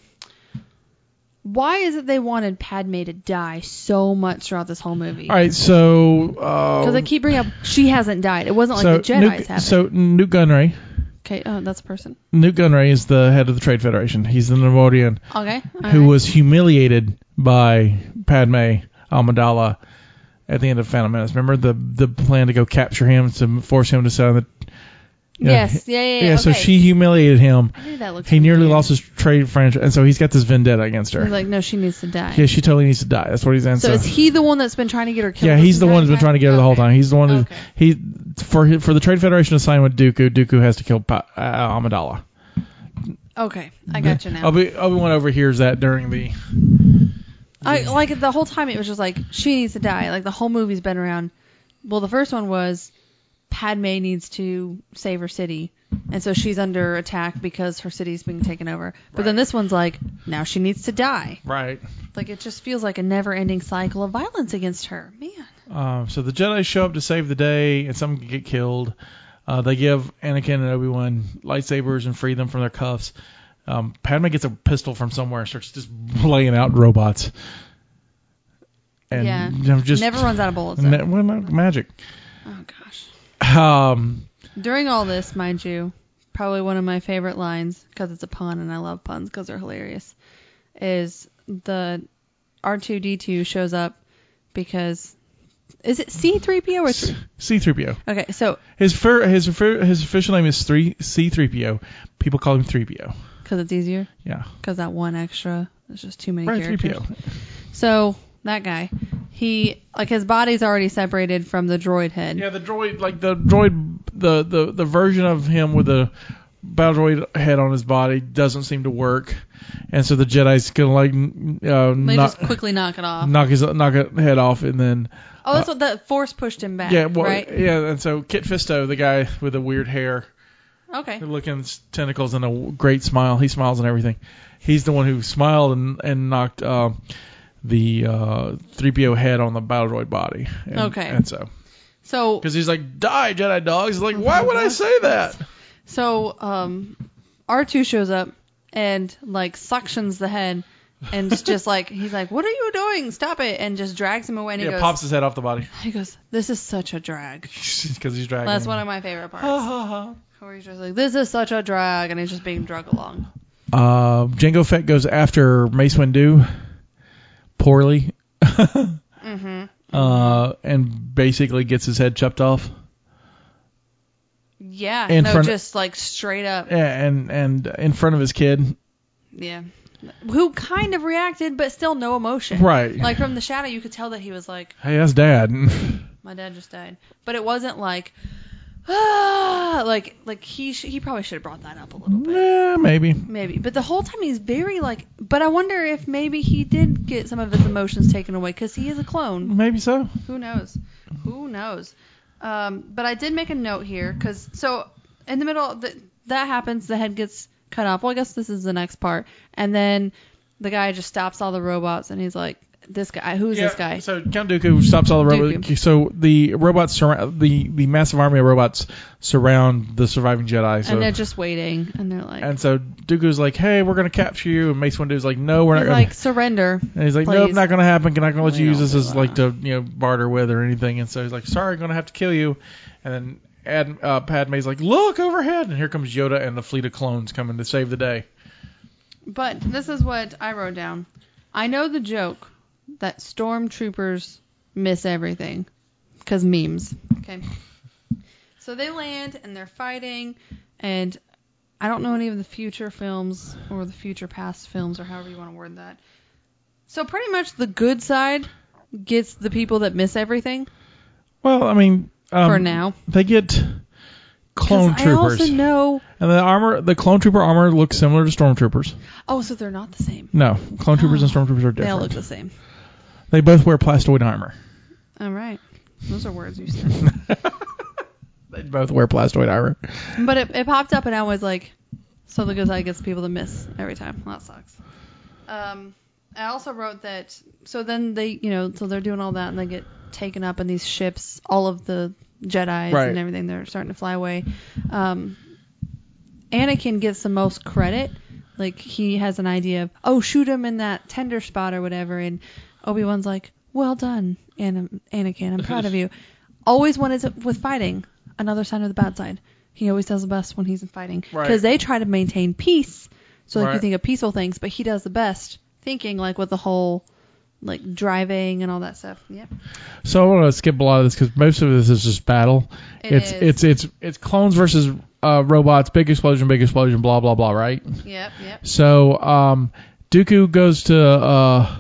S1: Why is it they wanted Padme to die so much throughout this whole movie?
S2: All right, so
S1: Because
S2: uh,
S1: they keep bringing up she hasn't died. It wasn't like
S2: so
S1: the Jedi's
S2: Nuke,
S1: have.
S2: so Newt Gunray,
S1: okay, oh, that's a person.
S2: Newt Gunray is the head of the Trade Federation. He's the Nemordian
S1: Okay. all
S2: who
S1: right.
S2: was humiliated by Padme Amidala at the end of Phantom Menace. Remember the the plan to go capture him to force him to sign the you know,
S1: Yes. Yeah. Yeah. Yeah.
S2: yeah, so
S1: okay.
S2: she humiliated him.
S1: I knew that looked
S2: He nearly
S1: familiar.
S2: lost his trade franchise, and so he's got this vendetta against her.
S1: He's like, no, she needs to die.
S2: yeah, she totally needs to die. That's what he's
S1: so,
S2: answering.
S1: is he the one that's been trying to get her killed?
S2: yeah,
S1: this
S2: he's the
S1: entire
S2: one who's been
S1: time?
S2: trying to get her the whole
S1: Okay.
S2: time. He's the one who
S1: Okay.
S2: he for his, for the Trade Federation to sign with Dooku. Dooku has to kill pa- uh, Amidala.
S1: Okay, I got you now.
S2: Obi Obi Wan overhears that during the
S1: I like the whole time it was just like she needs to die. Like the whole movie's been around. Well, the first one was Padme needs to save her city, and so she's under attack because her city's being taken over. But then
S2: Right.
S1: this one's like now she needs to die.
S2: right.
S1: Like it just feels like a never-ending cycle of violence against her. Man.
S2: Um, so the Jedi show up to save the day, and some get killed. Uh, they give Anakin and Obi Wan lightsabers and free them from their cuffs. Um, Padme gets a pistol from somewhere and starts just laying out robots. And
S1: Yeah.
S2: you know, just
S1: Never runs out of bullets. though.
S2: Ne- well, not magic.
S1: oh gosh.
S2: Um,
S1: During all this, mind you, probably one of my favorite lines because it's a pun and I love puns because they're hilarious. Is the R2D2 shows up because is it C3PO or
S2: C
S1: three?
S2: three PO.
S1: Okay, so
S2: His fir- his fir- his official name is three C three PO. People call him three PO.
S1: because it's easier
S2: Yeah,
S1: because that one extra is just too many
S2: right. Three
S1: characters.
S2: PO.
S1: So that guy, he like his body's already separated from the droid head.
S2: Yeah, the droid, like the droid, the the the version of him with the battle droid head on his body doesn't seem to work, and so the Jedi's gonna like n- uh,
S1: They
S2: knock
S1: just quickly knock it off.
S2: knock his knock a head off, and then
S1: oh, that's what the force pushed him back.
S2: yeah, well,
S1: right.
S2: yeah, and so Kit Fisto, the guy with the weird hair,
S1: Okay.
S2: looking s- tentacles and a w- great smile, he smiles and everything. He's the one who smiled and and knocked uh, the uh, 3PO head on the battle droid body. And,
S1: Okay.
S2: and so
S1: So Mm-hmm.
S2: because he's like, die Jedi dogs. He's like, why would I say that?
S1: So um, R2 shows up and like suctions the head and it's just like he's like, "What are you doing? Stop it!" and just drags him away. And *laughs* he
S2: Yeah,
S1: goes,
S2: pops his head off the body *laughs*
S1: he goes, "This is such a drag."
S2: because he's dragging.
S1: That's
S2: him.
S1: one of my favorite parts.
S2: uh,
S1: Where he's just like, "This is such a drag," and he's just being drug along.
S2: Django Uh, Fett goes after Mace Windu poorly, *laughs*
S1: Mm-hmm.
S2: uh, and basically gets his head chopped off.
S1: Yeah,
S2: In
S1: no,
S2: front-
S1: just like straight up.
S2: Yeah, and and in front of his kid.
S1: Yeah. Who kind of reacted, but still no emotion.
S2: Right.
S1: Like from the shadow, you could tell that he was like,
S2: Hey, that's Dad. *laughs*
S1: "My dad just died," but it wasn't like, *sighs* ah, like like he sh- he probably should have brought that up a little bit.
S2: yeah, maybe.
S1: Maybe, but the whole time he's very like. But I wonder if maybe he did get some of his emotions taken away because he is a clone.
S2: Maybe so.
S1: Who knows? Who knows? Um, but I did make a note here because so in the middle th- that happens, the head gets cut off. Well, I guess this is the next part, and then the guy just stops all the robots and he's like, "This guy, who's this guy?"
S2: So Count Dooku stops all the robots.
S1: Dooku.
S2: So the robots surround the the massive army of robots surround the surviving Jedi. So
S1: and they're just waiting, and they're like,
S2: and so Dooku's like, "Hey, we're gonna capture you," and Mace Windu's like, "No, we're not."
S1: he's
S2: gonna.
S1: like surrender.
S2: *laughs* and he's like,
S1: "Please."
S2: "Nope, not gonna happen. Can I gonna let
S1: We
S2: you use
S1: don't
S2: this
S1: do
S2: as like
S1: that."
S2: to you know barter with or anything?" And so he's like, "Sorry, I'm gonna have to kill you." And then Ad, uh, Padme's like, "Look overhead!" And here comes Yoda and the fleet of clones coming to save the day.
S1: But this is what I wrote down. I know the joke that stormtroopers miss everything because memes. Okay. So they land and they're fighting, and I don't know any of the future films or the future past films or however you want to word that. So pretty much the good side gets the people that miss everything
S2: Well, I mean, um,
S1: for now.
S2: they get
S1: 'Cause
S2: clone
S1: I also
S2: troopers,
S1: know.
S2: and the armor, the clone trooper armor looks similar to stormtroopers.
S1: Oh, so they're not the same.
S2: No, clone troopers and stormtroopers are different.
S1: Oh. They all look the same.
S2: They both wear plastoid armor. *laughs*
S1: All right. Those are words you said.
S2: They both wear plastoid armor.
S1: But it, it popped up, and I was like, so the good side gets people to miss every time. Well, that sucks. Um, I also wrote that. So then they, you know, so they're doing all that, and they get taken up in these ships. All of the Jedi's
S2: Right.
S1: and everything, they're starting to fly away. Um, Anakin gets the most credit. Like he has an idea of, oh, shoot him in that tender spot or whatever, and Obi Wan's like, well done, An- Anakin, I'm proud of you. Always wanted to, with fighting, another sign of the bad side. He always does the best when he's in fighting
S2: Right.
S1: because they try to maintain peace. So like you
S2: Right.
S1: think of peaceful things, but he does the best thinking like with the whole like driving and all that stuff. Yep.
S2: So I want to skip a lot of this because most of this is just battle.
S1: It
S2: it's
S1: is.
S2: it's it's it's clones versus uh, robots. Big explosion, big explosion, blah blah blah. Right.
S1: Yep. Yep.
S2: So um, Dooku goes to uh,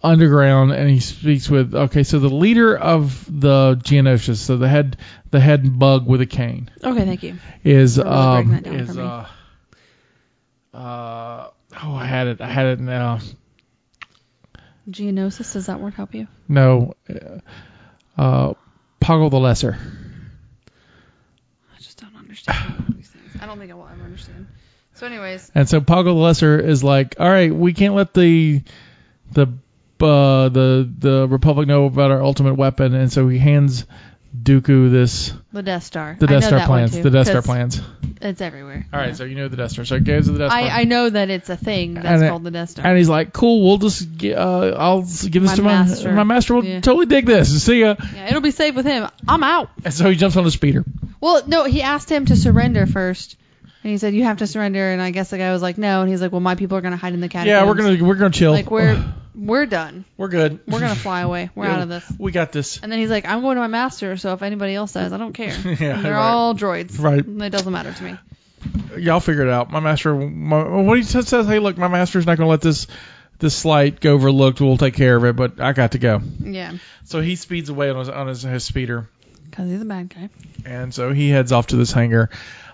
S2: underground and he speaks with okay. So the leader of the Geonosis, so the head the head bug with a cane
S1: Okay. Thank you.
S2: is
S1: For really breaking
S2: um
S1: that down for
S2: is
S1: me.
S2: uh, uh oh I had it I had it now
S1: Geonosis. Does that word help you?
S2: no uh Poggle the Lesser
S1: I just don't understand all of these things. I don't think I will ever understand. So anyways,
S2: and so Poggle the Lesser is like all right we can't let the the uh, the the Republic know about our ultimate weapon and so he hands Dooku this
S1: the Death Star.
S2: the
S1: I know
S2: Death Star
S1: that one
S2: plans
S1: too,
S2: the Death Star
S1: 'cause
S2: plans
S1: It's everywhere.
S2: all right so you know the Death Star so he goes to the Death Star
S1: I, I know that it's a thing that's
S2: And it-
S1: called the Death Star.
S2: And he's like, "Cool, we'll just gi- uh, I'll s- give this
S1: My
S2: to my
S1: master.
S2: my master. will
S1: Yeah.
S2: totally dig this. See ya."
S1: yeah, it'll be safe with him. I'm out.
S2: And so he jumps on the speeder.
S1: Well, no, he asked him to surrender first, and he said, "You have to surrender." And I guess the guy was like, "No," and he's like, "Well, my people are gonna hide in the catacombs."
S2: yeah, we're gonna we're gonna chill.
S1: like we're we're done.
S2: *sighs* we're good.
S1: We're
S2: *laughs*
S1: gonna fly away. We're out of this.
S2: We got this.
S1: And then he's like, "I'm going to my master, so if anybody else dies, I don't
S2: *laughs*
S1: care.
S2: Yeah,
S1: They're
S2: right.
S1: all droids.
S2: Right.
S1: It doesn't matter to me."
S2: Y'all figure it out. My master. My, what he says, says, "Hey, look, my master's not gonna let this this slight go overlooked. We'll take care of it, but I got to go."
S1: Yeah,
S2: So he speeds away on his on his, his speeder.
S1: because he's a bad guy.
S2: And so he heads off to this hangar.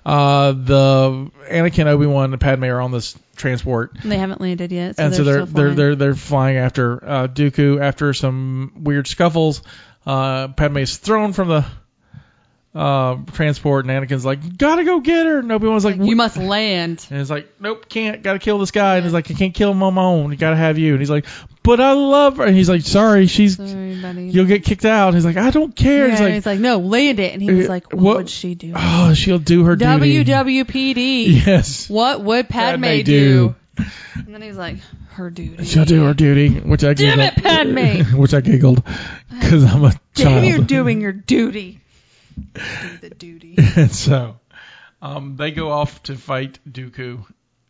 S2: Uh, the Anakin, Obi Wan, and Padme are on this transport,
S1: And they haven't landed yet, so
S2: and
S1: they're
S2: so they're
S1: still
S2: they're
S1: flying.
S2: they're they're flying after uh, Dooku after some weird scuffles. Uh, Padme's thrown from the uh, transport, and Anakin's like, "Gotta go get her." And Obi Wan's like,
S1: You must
S2: *laughs*
S1: land.
S2: and it's like, nope, can't. Got to kill this guy. And he's like, I can't kill him on my own. Got to have you. And he's like, but I love her. And he's like, sorry, she's.
S1: Sorry, buddy.
S2: You'll get kicked out. He's like, I don't care.
S1: yeah,
S2: he's like, "Uh,
S1: no, land it. And he was like, what,
S2: What-
S1: would she do?
S2: oh, she'll do her duty.
S1: WWPD.
S2: *laughs* Yes.
S1: What would Padme,
S2: Padme
S1: do?
S2: do?
S1: And then he's like, her duty.
S2: She'll do her duty, which I
S1: Damn
S2: giggled.
S1: it, Padme.
S2: *laughs* which I giggled because I'm a
S1: Damn,
S2: child.
S1: you're doing your
S2: *laughs*
S1: duty. Do the duty.
S2: and *laughs* so, um, they go off to fight Dooku,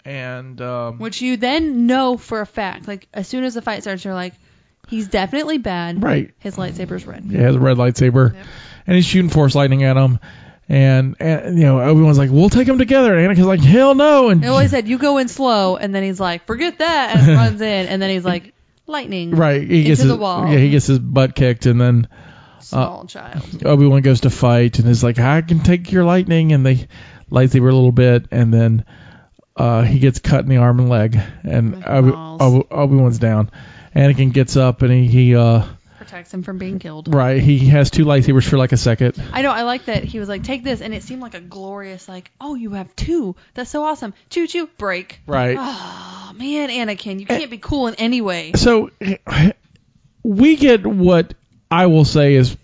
S2: and um,
S1: Which you then know for a fact. Like, as soon as the fight starts, you're like, he's definitely bad.
S2: right,
S1: His lightsaber's red.
S2: he has a red lightsaber,
S1: Yep.
S2: and he's shooting force lightning at him. And, and you know everyone's like, "We'll take him together." And Anakin's like, "Hell no!" And
S1: It always said, you go in slow. And then he's like, forget that.
S2: *laughs*
S1: And runs in. And then he's like, lightning.
S2: Right, he gets
S1: Into the
S2: his,
S1: wall.
S2: Yeah, he gets his butt kicked, and then
S1: Small child.
S2: Obi Wan goes to fight, and is like, "I can take your lightning," and they lightsaber a little bit, and then uh, he gets cut in the arm and leg, and
S1: Like
S2: Obi
S1: balls.
S2: Obi Wan's down. Anakin gets up, and he, he uh,
S1: Protects him from being killed.
S2: right, he has two lightsabers for like a second.
S1: I know. I like that he was like, take this, and it seemed like a glorious, like, oh, you have two. That's so awesome. Choo choo. Break.
S2: Right.
S1: Oh man, Anakin, you
S2: Eh.
S1: can't be cool in any way.
S2: So we get what I will say is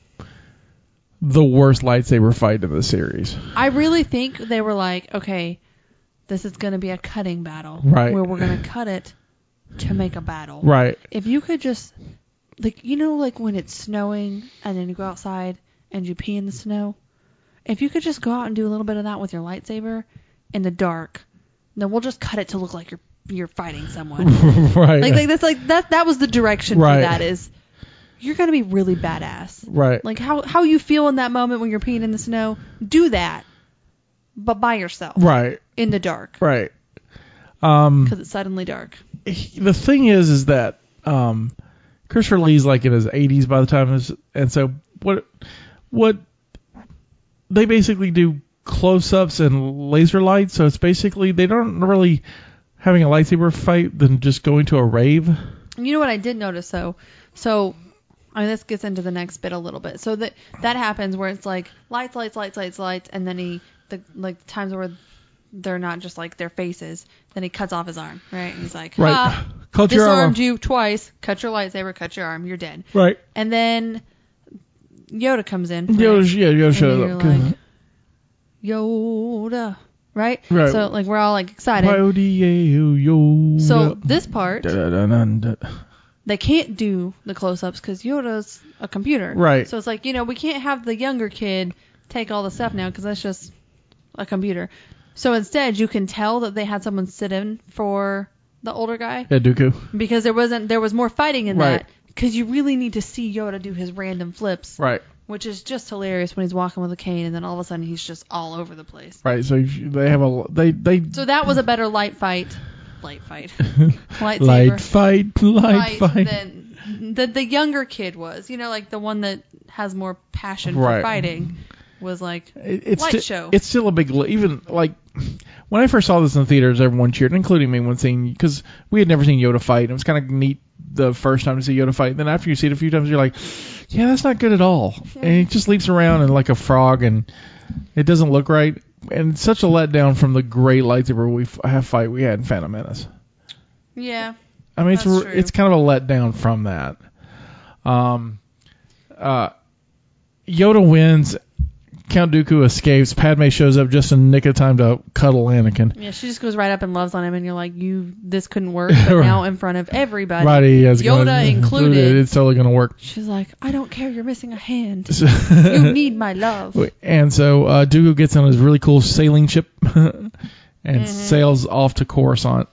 S2: the worst lightsaber fight of the series.
S1: I really think they were like, okay, this is gonna be a cutting battle,
S2: Right.
S1: Where we're gonna cut it to make a battle,
S2: Right.
S1: If you could just, like, you know, like when it's snowing and then you go outside and you pee in the snow, if you could just go out and do a little bit of that with your lightsaber in the dark, then we'll just cut it to look like you're you're fighting someone.
S2: *laughs* *laughs* right.
S1: like, like that's like that that was the direction for
S2: Right.
S1: that is. You're gonna be really badass.
S2: right.
S1: Like how how you feel in that moment when you're peeing in the snow, do that, but by yourself
S2: right. Mm.
S1: in the dark
S2: Right.
S1: because it's suddenly dark.
S2: he- the thing is, is that um, Christopher Lee's like in his 80s by the time this, and so what, what they basically do close-ups and laser lights. So it's basically they don't really having a lightsaber fight than just going to a rave.
S1: And you know what I did notice though? So I mean this gets into the next bit a little bit. So that that happens where it's like lights, lights, lights, lights, lights, and then he the like the times where they're not just like their faces. Then he cuts off his arm, right? And he's like,
S2: Right.
S1: "Ha,
S2: Cut your arm
S1: disarmed
S2: off."
S1: you twice. Cut your lightsaber. Cut your arm. You're dead.
S2: Right.
S1: And then Yoda comes in. right?
S2: Yoda, yeah, Yoda
S1: And
S2: showed
S1: you're
S2: up.
S1: like, Yoda, right?
S2: Right.
S1: So like we're all like excited.
S2: Yoda.
S1: So this part
S2: Da-da-da-da-da.
S1: they can't do the close-ups because Yoda's a computer,
S2: Right.
S1: So it's like you know we can't have the younger kid take all the stuff now because that's just a computer. So instead, you can tell that they had someone sit in for the older guy
S2: Yeah, Dooku.
S1: because there wasn't there was more fighting in
S2: Right.
S1: that because you really need to see Yoda do his random flips,
S2: Right.
S1: which is just hilarious when he's walking with a cane and then all of a sudden he's just all over the place.
S2: Right. So you- they have a they they
S1: So that was a better light fight. Light
S2: *laughs*
S1: fight. Lightsaber.
S2: light fight, light fight.
S1: Than, than the younger kid was. You know, like the one that has more passion for
S2: Right.
S1: fighting was like,
S2: It- it's
S1: Light
S2: sti-
S1: show.
S2: It's still a big li- even like when I first saw this in the theaters, everyone cheered, including me when seeing because we had never seen Yoda fight. And it was kind of neat the first time to see Yoda fight. And then after you see it a few times, you're like, yeah, that's not good at all. And he just leaps around and like a frog, and it doesn't look right. And it's such a letdown from the great lightsaber we f- have fight we had in Phantom Menace.
S1: yeah.
S2: I mean, it's
S1: That's
S2: r-
S1: true.
S2: it's kind of a letdown from that. Um, uh, Yoda wins. Count Dooku escapes. Padme shows up just in nick of time to cuddle Anakin.
S1: Yeah, she just goes right up and loves on him, and you're like, you, this couldn't work. But
S2: *laughs* Right.
S1: now in front of everybody,
S2: Right, he is
S1: Yoda
S2: gonna-
S1: included.
S2: It's totally going to work.
S1: she's like, I don't care, you're missing a
S2: *laughs*
S1: hand.
S2: So-
S1: You need my love.
S2: and so uh, Dooku gets on his really cool sailing ship *laughs* and
S1: Mm-hmm.
S2: sails off to Coruscant,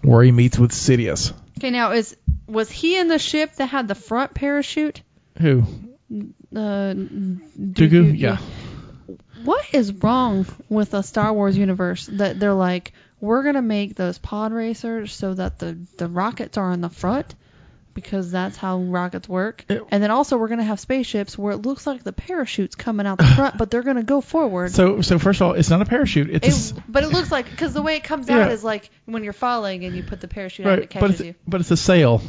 S2: where he meets with Sidious.
S1: Okay, now is was he in the ship that had the front parachute?
S2: Who?
S1: Uh,
S2: Dooku? Yeah.
S1: What is wrong with the Star Wars universe that they're like, we're gonna make those pod racers so that the the rockets are on the front because that's how rockets work,
S2: It-
S1: and then also we're gonna have spaceships where it looks like the parachute's coming
S2: *laughs*
S1: out the front, but they're gonna go forward.
S2: So so first of all, it's not a parachute. It's a s-
S1: It, but it looks like because the way it comes
S2: Yeah.
S1: out is like when you're falling and you put the parachute out and
S2: right,
S1: it
S2: but
S1: catches
S2: it's
S1: you.
S2: but it's a sail.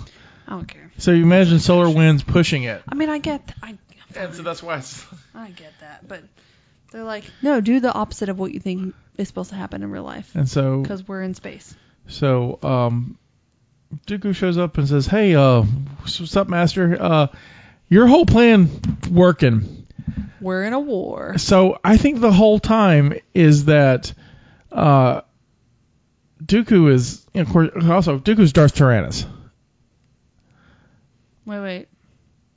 S1: I don't care.
S2: So you imagine solar winds pushing it.
S1: I mean, I get, th- I, fine.
S3: And so that's why it's
S1: I get that, but they're like, no, do the opposite of what you think is supposed to happen in real life
S2: And so
S1: because we're in space.
S2: So um, Dooku shows up and says, "Hey, uh, what's up, Master? Uh, your whole plan working.
S1: We're in a war.
S2: So I think the whole time is that uh, Dooku is, and of course, also Dooku's Darth Tyrannus.
S1: Wait, wait.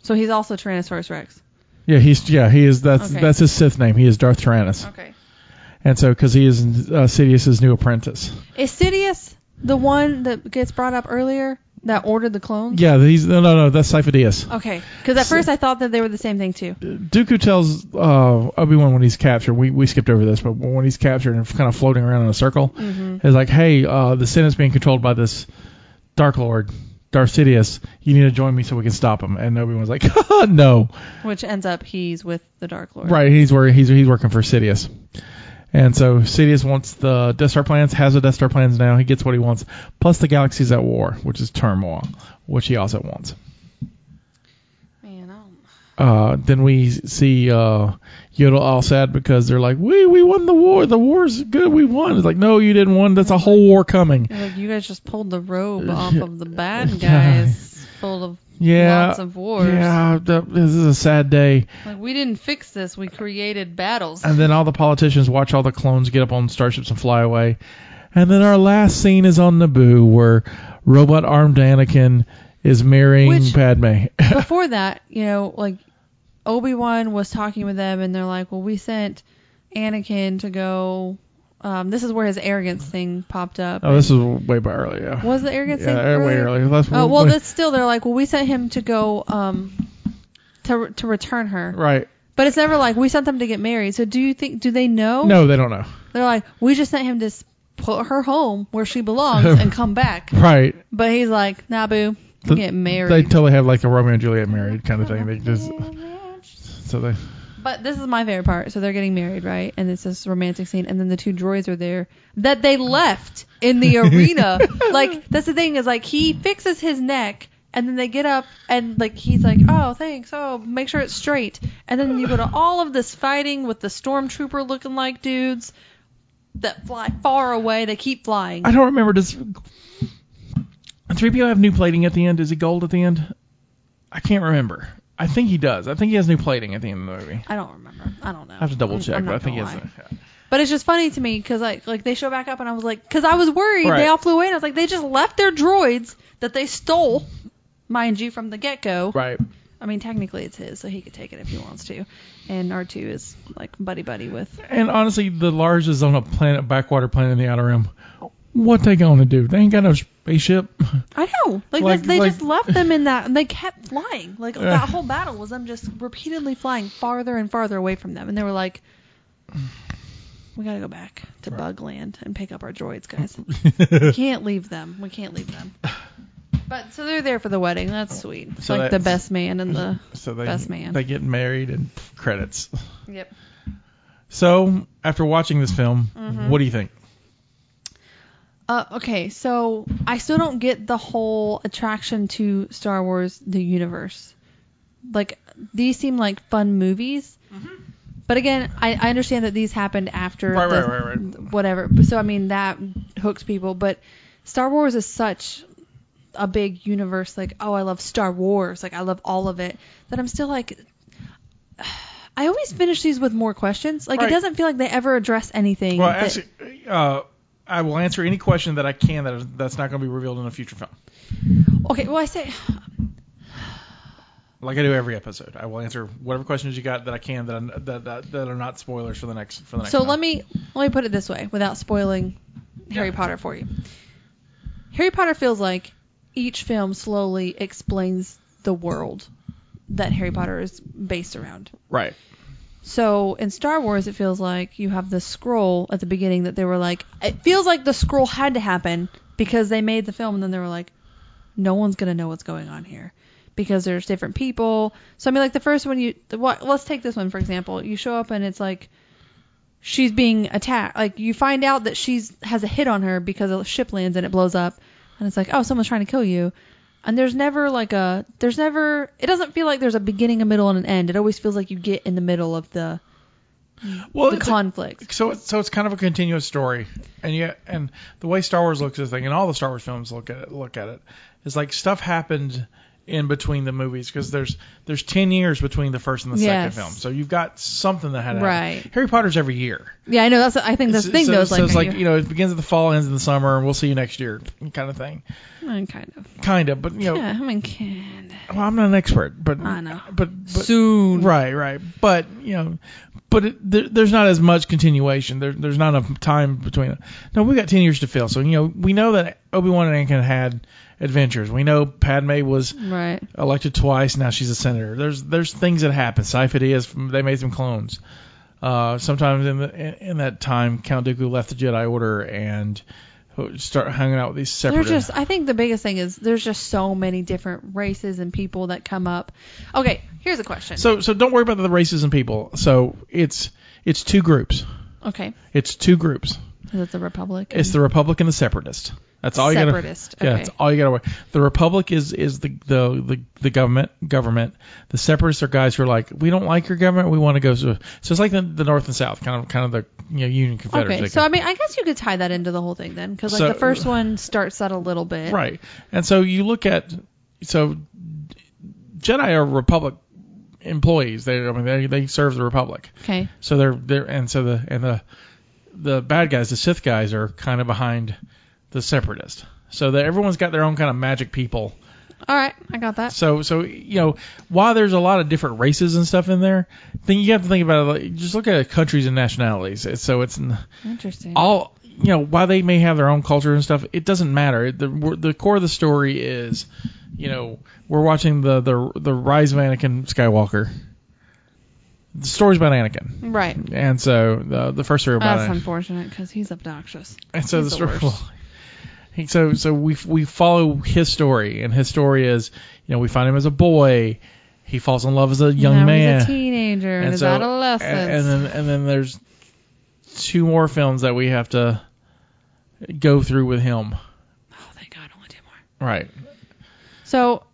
S1: So he's also Tyrannosaurus Rex.
S2: Yeah, he's yeah he is that's
S1: Okay.
S2: that's his Sith name. He is Darth Tyrannus,
S1: Okay.
S2: and so because he is uh, Sidious's new apprentice.
S1: Is Sidious the one that gets brought up earlier that ordered the clones?
S2: Yeah, he's no no no that's Sifo Dyas.
S1: Okay. Because at first I thought that they were the same thing too.
S2: Dooku tells uh, Obi Wan when he's captured. We we skipped over this, but when he's captured and kind of floating around in a circle, he's like, "Hey, uh, the Senate's being controlled by this Dark Lord, Darth Sidious. You need to join me so we can stop him." And Obi Wan's like, *laughs* "No,
S1: Which ends up he's with the Dark Lord.
S2: right? He's where he's he's working for Sidious." And so Sidious wants the Death Star plans, has the Death Star plans now. He gets what he wants. Plus the galaxy's at war, which is turmoil, which he also wants.
S1: Man, I don't.
S2: Uh, then we see uh, Yodel all sad because they're like, "We we won the war. The war's good. We won." It's like, "No, you didn't win. That's a whole war coming."
S1: You're Like you guys just pulled the robe off of
S2: *laughs*
S1: the bad
S2: Yeah.
S1: guys, full of
S2: Yeah,
S1: lots of wars.
S2: yeah. th- This is a sad day.
S1: Like we didn't fix this. We created battles.
S2: And then all the politicians watch all the clones get up on starships and fly away. And then our last scene is on Naboo, where robot armed Anakin is marrying
S1: Which-
S2: Padme. *laughs*
S1: Before that, you know, like Obi Wan was talking with them, and they're like, "Well, we sent Anakin to go." Um, this is where his arrogance thing popped up.
S2: oh, this is way by early. Yeah,
S1: was the arrogance
S2: yeah,
S1: thing?
S2: way
S1: earlier?
S2: early. That's
S1: Oh well, that's still they're like, well, we sent him to go um to to return her,
S2: right.
S1: but it's never like we sent them to get married. So do you think do they know?
S2: No, they don't know.
S1: they're like we just sent him to s- put her home where she
S2: *laughs*
S1: belongs and come back.
S2: Right.
S1: But he's like, nah, boo,
S2: Th-
S1: get
S2: They
S1: married. Mm-hmm.
S2: totally have like a Romeo and Juliet married kind of thing. They just so they
S1: but this is my favorite part. So they're getting married, right? And it's this romantic scene, and then the two droids are there that they left in the arena. like that's the thing is like he fixes his neck. And then they get up and like he's like, oh thanks, oh make sure it's straight. And then you go to all of this fighting with the stormtrooper looking like dudes that fly far away. They keep flying.
S2: I don't remember does three PO have new plating at the end? Is he gold at the end? I can't remember. I think he does. I think he has new plating at the end of the movie.
S1: I don't remember. I don't know.
S2: I have to double check, but I think he
S1: it's.
S2: has.
S1: But it's just funny to me because like like they show back up and I was like, because I was worried
S2: Right.
S1: they all flew away and I was like, they just left their droids that they stole, mind you, from the get go.
S2: Right.
S1: I mean, technically it's his, so he could take it if he wants to. And R two is like buddy buddy with.
S2: And honestly, the large is on a planet, backwater planet in the outer rim. What they gonna do? They ain't got no spaceship. *laughs*
S1: I know, like,
S2: Like-
S1: they
S2: like-
S1: just left them in that and they kept flying. Like
S2: Yeah.
S1: that whole battle was them just repeatedly flying farther and farther away from them, and they were like. We gotta go back to Bug Land and pick up our droids,
S2: *laughs*
S1: guys. We can't leave them. We can't leave them. But so they're there for the wedding. That's sweet. It's
S2: So
S1: like the
S2: that's-
S1: best man and
S2: *clears throat*
S1: the
S2: So they
S1: Best man.
S2: they get married and credits.
S1: yep.
S2: So after watching this film,
S1: Mm-hmm.
S2: what do you think?
S1: Uh, okay, so I still don't get the whole attraction to Star Wars the universe. Like these seem like fun movies, but again, I, I understand that these happened after
S2: Mm-hmm. Right,
S1: the-
S2: right, right,
S1: whatever. So I mean that hooks people, but Star Wars is such a big universe. Like oh, I love Star Wars. Like I love all of it. That I'm still like. *sighs* I always finish these with more questions. Like
S2: Right.
S1: it doesn't feel like they ever address anything.
S2: Well,
S1: that-
S2: actually, uh, I will answer any question that I can that that's not going to be revealed in a future film.
S1: okay. Well, I say
S2: Like I do every episode, I will answer whatever questions you got that I can that I, that, that, that are not spoilers for the next for the next.
S1: So
S2: film.
S1: let me let me put it this way, without spoiling Harry Potter for you. Harry Potter feels like each film slowly explains the world that Harry Potter is based around.
S2: right.
S1: So in Star Wars, it feels like you have the scroll at the beginning that they were like, it feels like the scroll had to happen because they made the film and then they were like, no one's gonna know what's going on here because there's different people. So I mean, like the first one, you the, what, let's take this one for example. You show up and it's like she's being attacked. Like you find out that she's has a hit on her because a ship lands and it blows up, and it's like, oh, someone's trying to kill you. And there's never like a there's never it doesn't feel like there's a beginning, a middle, and an end. It always feels like you get in the middle of the
S2: Well,
S1: the
S2: it's-
S1: conflict.
S2: so it's, so it's kind of a continuous story, and yet and the way Star Wars looks at this thing, and all the Star Wars films look at it, look at it, is like stuff happened in between the movies because there's there's ten years between the first and the
S1: Yes.
S2: second film, so you've got something that had to
S1: Right.
S2: happen. Harry Potter's every year.
S1: Yeah, I know. That's I think that's the
S2: So-
S1: thing
S2: so,
S1: though. It's
S2: so
S1: like,
S2: it's like
S1: you-
S2: you know it begins in the fall, ends in the summer, and we'll see you next year, kind of thing,
S1: Mm, kind of.
S2: kind of. But you know,
S1: Yeah, I mean, kind
S2: well, I'm not an expert, but
S1: I know.
S2: but, but
S1: soon.
S2: Right, right. But you know, but it, there, there's not as much continuation. There, there's not enough time between. It. No, we got ten years to fill. So you know, we know that Obi Wan and Anakin had adventures. We know Padme was
S1: Right.
S2: elected twice. Now she's a senator. There's there's things that happen. Sifo Dyas, they made some clones. Uh, sometimes in, the, in in that time, Count Dooku left the Jedi Order and start hanging out with these
S1: There's
S2: separate.
S1: just I think the biggest thing is there's just so many different races and people that come up. Okay, here's a question.
S2: so so don't worry about the races and people. So it's it's two groups.
S1: okay,
S2: It's two groups.
S1: is it the Republic?
S2: It's the Republic and the Separatist. That's all you got.
S1: Separatist.
S2: Yeah,
S1: okay.
S2: that's all you got to worry. The Republic is is the, the the the government government. The Separatists are guys who are like, we don't like your government. We want to go. So, so it's like the, the North and South, kind of kind of the you know Union Confederacy.
S1: Okay, so I mean, I guess you could tie that into the whole thing then, because like
S2: So-
S1: the first one starts that a little bit,
S2: right, and so you look at so Jedi are Republic employees. They I mean they they serve the Republic.
S1: Okay,
S2: So they're they're and so the and the the bad guys, the Sith guys, are kind of behind the Separatist. So that everyone's got their own kind of magic people.
S1: all right, I got that.
S2: So so you know while there's a lot of different races and stuff in there, then you have to think about it. Like, just look at countries and nationalities. It's- So it's n-
S1: Interesting.
S2: all you know while they may have their own culture and stuff, it doesn't matter. It- The we're- the core of the story is, you know, we're watching the the the rise of Anakin Skywalker. The story's about Anakin,
S1: right.
S2: and so the the first story about
S1: That's
S2: Anakin.
S1: unfortunate because he's obnoxious.
S2: And so
S1: He's
S2: the
S1: the
S2: story.
S1: worst.
S2: *laughs* He- so so we we follow his story, and his story is, you know, we find him as a boy. He falls in love as a young
S1: now
S2: man.
S1: he's a teenager and, his
S2: so-
S1: adolescence.
S2: And, and then and then there's two more films that we have to go through with him.
S1: oh, thank God, only two more.
S2: Right.
S1: So,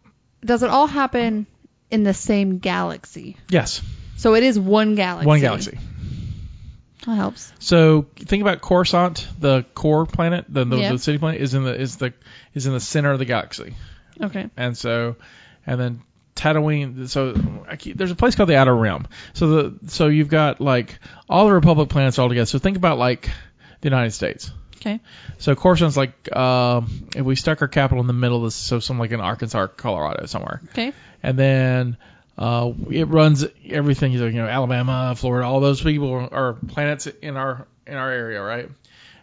S1: does it all happen in the same galaxy?
S2: Yes.
S1: So it is one galaxy.
S2: One galaxy.
S1: That helps.
S2: So think about Coruscant, the core planet, the, the,
S1: Yeah.
S2: the city planet is in the is the is in the center of the galaxy.
S1: Okay.
S2: and so and then Tatooine. So I keep, there's a place called the Outer Rim. So the so you've got like all the Republic planets all together. So think about like the United States.
S1: Okay.
S2: So Coruscant's like um, if we stuck our capital in the middle of this, so some like in Arkansas, or Colorado, somewhere,
S1: Okay.
S2: and then. Uh, it runs everything, you know, Alabama, Florida, all those people are- are planets in our in our area, right?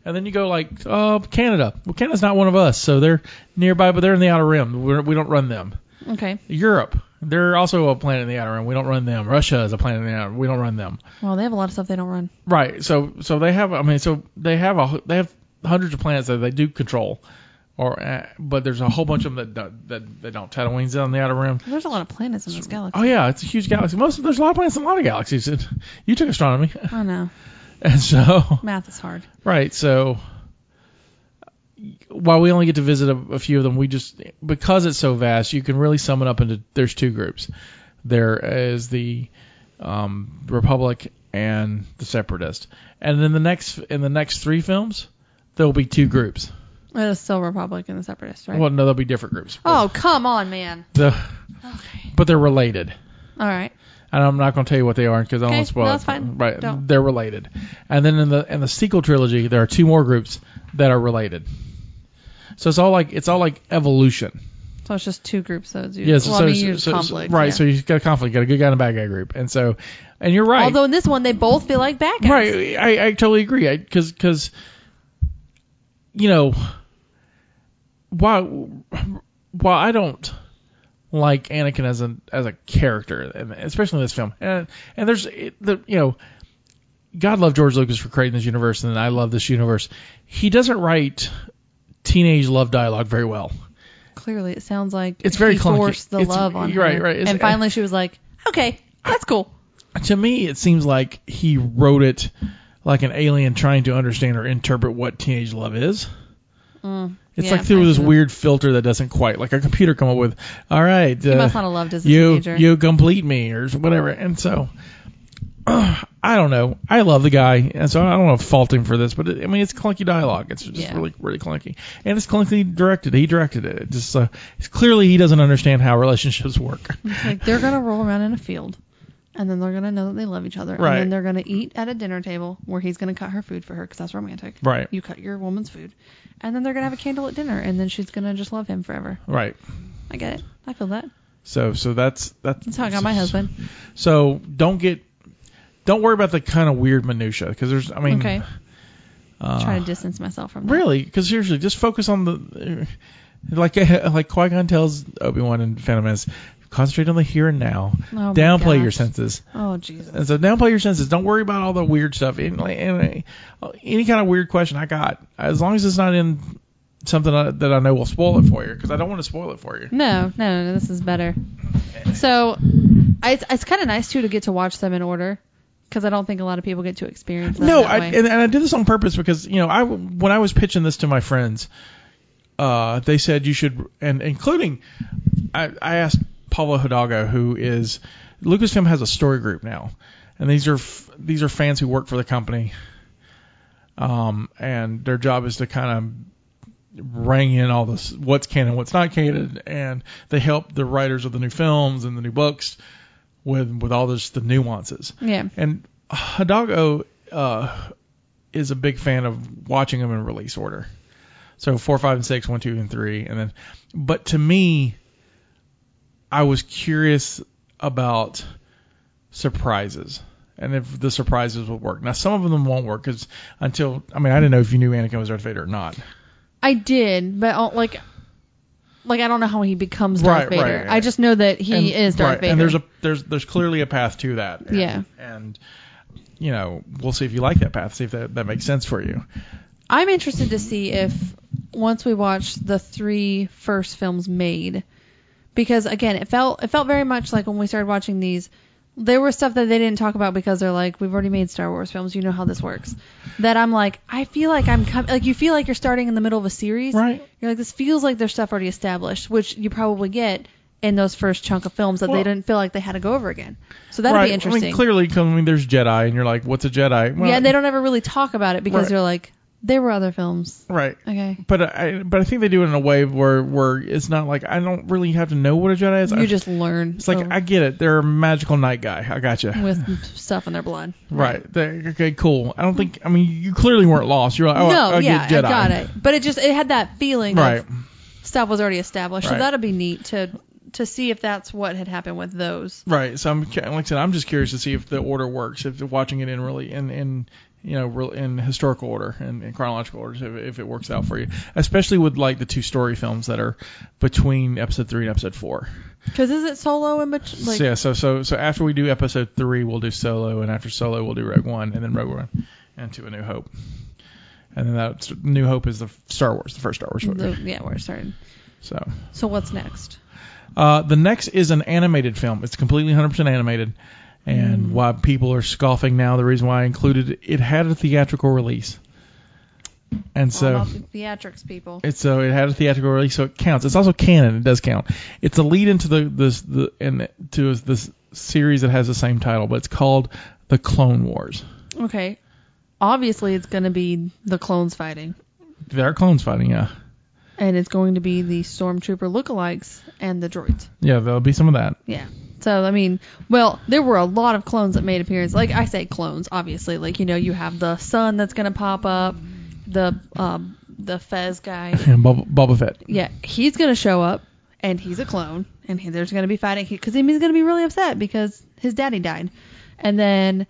S2: And then you go like, uh, Canada. Well, Canada's not one of us, so they're nearby, but they're in the outer rim. We're, we don't run them.
S1: Okay.
S2: Europe. They're also a planet in the outer rim. We don't run them. Russia is a planet in the outer. We don't run them.
S1: Well, they have a lot of stuff they don't run.
S2: Right. So so they have. I mean, so they have a they have hundreds of planets that they do control, or uh, but there's a whole bunch of them that don't, that that don't. Tatooine's on the outer rim.
S1: There's a lot of planets in this galaxy.
S2: Oh yeah, it's a huge galaxy. Most there's a lot of planets in a lot of galaxies. *laughs* It- You took astronomy, *laughs*
S1: I know.
S2: and so
S1: Math is hard.
S2: right. So while we only get to visit a, a few of them, we just because it's so vast, you can really sum it up into there's two groups. There is the um, Republic and the Separatist, and then the next in the next three films, there will be two groups.
S1: It is still Republic and the Separatist, right?
S2: Well, no, there'll be different groups. but
S1: oh, come on, man.
S2: the-
S1: Okay.
S2: but they're related.
S1: All right.
S2: and I'm not going to tell you what they are because I don't
S1: Okay,
S2: want to spoil
S1: no,
S2: it.
S1: that's fine.
S2: Right,
S1: Don't.
S2: they're related. And then in the in the sequel trilogy, there are two more groups that are related. So it's all like it's all like evolution.
S1: So it's just two groups. So it's usually,
S2: Yes,
S1: well,
S2: so,
S1: I mean,
S2: so-
S1: usually
S2: so- so-
S1: conflict.
S2: right.
S1: yeah.
S2: So you've got a conflict. You got a good guy and a bad guy group, and so and you're right.
S1: Although in this one they both feel like bad guys.
S2: Right. I, I totally agree. Because because you know why while I don't like Anakin as an as a character, and especially in this film, and and there's it- the you know. God love George Lucas for creating this universe, and I love this universe. He doesn't write teenage love dialogue very well.
S1: Clearly, it sounds like
S2: It's very
S1: he
S2: clunky.
S1: forced the
S2: It's-
S1: love on
S2: you're right,
S1: her.
S2: right. It's-
S1: And finally, she was like, "Okay, that's cool."
S2: To me, it seems like he wrote it like an alien trying to understand or interpret what teenage love is. It's
S1: Yeah,
S2: like through this
S1: I know.
S2: weird filter that doesn't quite like a computer come up with. All right,
S1: You
S2: uh,
S1: must not have loved as a
S2: you
S1: teenager.
S2: you complete me or whatever. And so *clears throat* I don't know. I love the guy, and so I don't want to fault him for this, but it, I mean it's clunky dialogue. It's just
S1: Yeah.
S2: really really clunky, and it's clunky directed. He directed it. it just uh, it's clearly he doesn't understand how relationships work. *laughs*
S1: It's like they're gonna roll around in a field, and then they're gonna know that they love each other, and
S2: Right.
S1: then they're gonna eat at a dinner table where he's gonna cut her food for her because that's romantic.
S2: Right.
S1: You cut your woman's food, and then they're gonna have a candle at dinner, and then she's gonna just love him forever.
S2: right.
S1: I get it. I feel that.
S2: So so that's that's
S1: That's how I got my husband.
S2: So don't get don't worry about the kind of weird minutia because there's I mean
S1: okay.
S2: uh,
S1: Try to distance myself from that.
S2: Really? Because seriously, just focus on the like *laughs* like Qui Gon tells Obi Wan and Phantom Menace, concentrate on the here and now.
S1: Oh my
S2: downplay your
S1: gosh.
S2: senses,
S1: Oh Jesus.
S2: and so downplay your senses. Don't worry about all the weird stuff. And, like, and, uh, any kind of weird question I got, as long as it's not in something I, that I know will spoil it for you, because I don't want to spoil it for you.
S1: No, no, no, this is better. So, I, it's- it's kind of nice too to get to watch them in order, because I don't think a lot of people get to experience them
S2: No,
S1: that
S2: I,
S1: way.
S2: and, and I did this on purpose because you know I when I was pitching this to my friends, uh, they said you should, and including I, I asked Paulo Hidalgo, who is Lucasfilm has a story group now, and these are f- these are fans who work for the company, um, and their job is to kind of bring in all this what's canon, what's not canon, and they help the writers of the new films and the new books with with all this the nuances.
S1: yeah.
S2: And Hidalgo uh, is a big fan of watching them in release order. So four, five, and six, one, two, and three, and then. But to me, I was curious about surprises and if the surprises would work. Now some of them won't work because until I mean I didn't know if you knew Anakin was Darth Vader or not.
S1: I did, but I'll- like, like I don't know how he becomes
S2: Right,
S1: Darth
S2: right,
S1: Vader.
S2: right.
S1: I just know that he
S2: And-
S1: is Darth
S2: right,
S1: Vader.
S2: And there's a there's there's clearly a path to that. And,
S1: Yeah.
S2: And you know we'll see if you like that path. See if that that makes sense for you.
S1: I'm interested to see if once we watch the three first films made, because again, it felt it felt very much like when we started watching these, there was stuff that they didn't talk about because they're like, we've already made Star Wars films, you know how this works. That I'm like, I feel like I'm com- like you feel like you're starting in the middle of a series.
S2: Right.
S1: You're like, this feels like there's stuff already established, which you probably get in those first chunk of films that
S2: Well-
S1: they didn't feel like they had to go over again. So that'd
S2: right.
S1: be interesting.
S2: I mean, clearly, 'cause, I mean, there's Jedi, and you're like, what's a Jedi? Well,
S1: yeah, and they don't ever really talk about it because
S2: Right.
S1: they're like, there were other films.
S2: Right.
S1: Okay.
S2: But I, but I think they do it in a way where, where it's not like I don't really have to know what a Jedi is. I-
S1: You just learn.
S2: it's like
S1: so-
S2: I get it. They're a magical night guy. I got you.
S1: with stuff in their blood.
S2: right. They- okay. Cool. I don't think. I mean, you clearly weren't lost. You're like, oh,
S1: no,
S2: I, I
S1: yeah,
S2: get Jedi.
S1: I got it. But it just it had that feeling
S2: Right.
S1: of stuff was already established.
S2: Right.
S1: So that'll be neat to to see if that's what had happened with those.
S2: Right. So I'm cu- like I said, I'm just curious to see if the order works. If watching it in really in in you know real- in historical order and in chronological order, if, if it works out for you, especially with like the two story films that are between episode three and episode four.
S1: Because is it solo and much like
S2: so, yeah, so so so after we do episode three, we'll do Solo, and after Solo, we'll do Rogue One, and then Rogue One, and to A New Hope, and then that's New Hope is the Star Wars, the first Star Wars movie.
S1: the, yeah we're starting.
S2: so
S1: So what's next?
S2: uh, the next is an animated film. It's completely 100% animated, and why people are scoffing now, the reason why I included it, it had a theatrical release, and so.
S1: All about the theatrics people.
S2: It's so it had a theatrical release, so it counts. It's also canon. It does count. It's a lead into the this the and to this series that has the same title, but it's called the Clone Wars.
S1: Okay. Obviously, it's going to be the clones fighting,
S2: There are clones fighting, yeah,
S1: and it's going to be the stormtrooper lookalikes and the droids.
S2: yeah. There'll be some of that.
S1: Yeah. So I mean, well, there were a lot of clones that made appearance. Like I say, clones, obviously. Like you know, you have the sun that's gonna pop up, the um, the Fez guy.
S2: And Bob, Boba Fett.
S1: Yeah, he's gonna show up, and he's a clone, and he, there's gonna be fighting because he's gonna be really upset because his daddy died, and then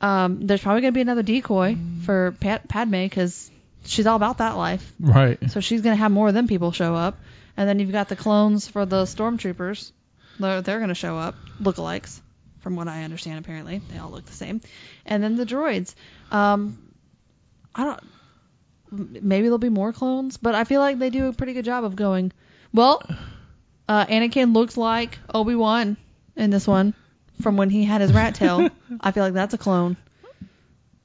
S1: um, there's probably gonna be another decoy for Pat, Padme because she's all about that life.
S2: Right.
S1: So she's gonna have more of them people show up, and then you've got the clones for the stormtroopers. They're, they're gonna show up, lookalikes, from what I understand. Apparently, they all look the same. And then the droids. Um, I don't. m- Maybe there'll be more clones, but I feel like they do a pretty good job of going. Well, uh, Anakin looks like Obi Wan in this one, from when he had his rat tail. I feel like that's a clone.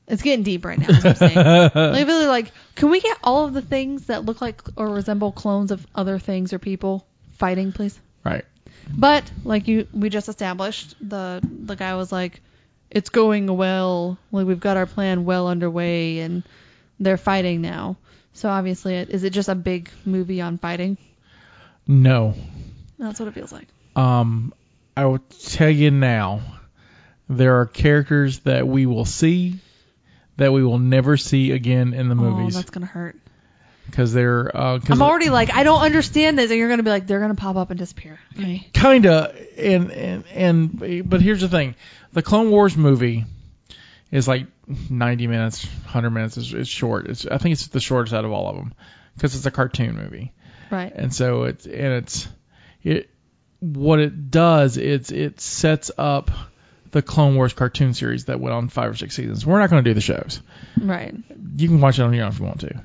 S1: It's getting deep right now. That's what I'm saying. Like, really, like Can we get all of the things that look like or resemble clones of other things or people fighting, please?
S2: Right.
S1: But like you, we just established the the guy was like, "It's going well. Like we've got our plan well underway, and they're fighting now." So obviously, it, is it just a big movie on fighting?
S2: No.
S1: That's what it feels like.
S2: Um, I will tell you now, there are characters that we will see that we will never see again in the
S1: Oh,
S2: movies
S1: that's gonna hurt.
S2: because they're uh, cause
S1: I'm already like, I don't understand this, and you're gonna be like, they're gonna pop up and disappear. Okay.
S2: kinda and and and but here's the thing, the Clone Wars movie is like 90 minutes, 100 minutes. It's, it's short. It's I think it's the shortest out of all of them because it's a cartoon movie.
S1: Right.
S2: and so it's and it's it what it does it's it sets up the Clone Wars cartoon series that went on five or six seasons. We're not going to do the shows.
S1: Right.
S2: You can watch it on your own if you want to.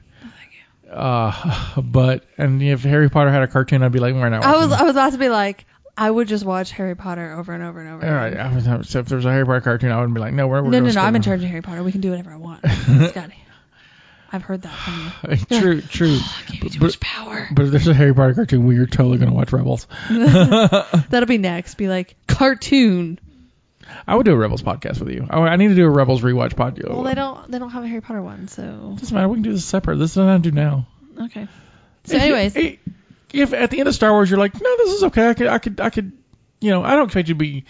S1: Oh,
S2: Uh, *laughs* but and if Harry Potter had a cartoon, I'd be like, we're not.
S1: I was
S2: watching it.
S1: I was about to be like, I would just watch Harry Potter over and over and over.
S2: All right. I was, I was- if there was a Harry Potter cartoon, I wouldn't be like, no, we're. we're
S1: no,
S2: gonna
S1: no, no.
S2: skip
S1: I'm in
S2: it.
S1: charge of Harry Potter. We can do whatever I
S2: *laughs*
S1: want, Scotty. I've heard that from you.
S2: true, true.
S1: Give me too
S2: but-
S1: much power.
S2: But if there's a Harry Potter cartoon, we are totally going to watch Rebels.
S1: That'll be next. Be like cartoon.
S2: I would do a Rebels podcast with you. I, I need to do a Rebels rewatch podcast.
S1: Well, they don't they don't have a Harry Potter one, so
S2: Doesn't matter. We can do this separate. This is what I do now.
S1: okay. So anyways,
S2: if, if at the end of Star Wars you're like, no, this is okay. I could, I could, I could, you know, I don't expect you to be,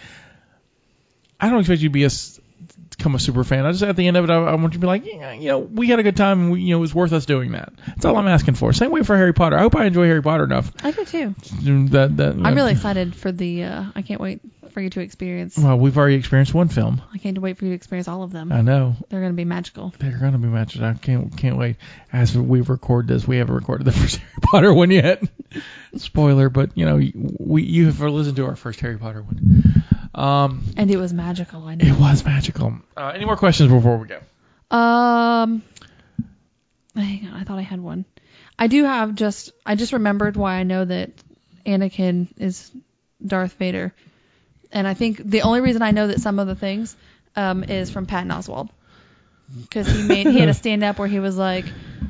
S2: I don't expect you to be a s- become a super fan. I just at the end of it, I, I want you to be like, yeah, you know, we had a good time. And we, you know, it was worth us doing that. That's all I'm asking for. Same way for Harry Potter. I hope I enjoy Harry Potter enough.
S1: I do too.
S2: That that
S1: I'm really excited for the. Uh, I can't wait for you to experience.
S2: Well, we've already experienced one film.
S1: I can't wait for you to experience all of them.
S2: I know
S1: They're gonna be magical.
S2: they're gonna be matches. I can't can't wait. As we record this, we haven't recorded the *laughs* first Harry Potter one yet. Spoiler, but you know we you have listened to our first Harry Potter one. Um,
S1: And it was magical, I
S2: it
S1: know.
S2: was magical. Uh, any more questions before we go?
S1: Um hang on, I thought I had one. I do have just I just remembered why I know that Anakin is Darth Vader. And I think the only reason I know that some of the things um, is from Patton Oswald. Because he made
S2: *laughs*
S1: he had a stand up where he was like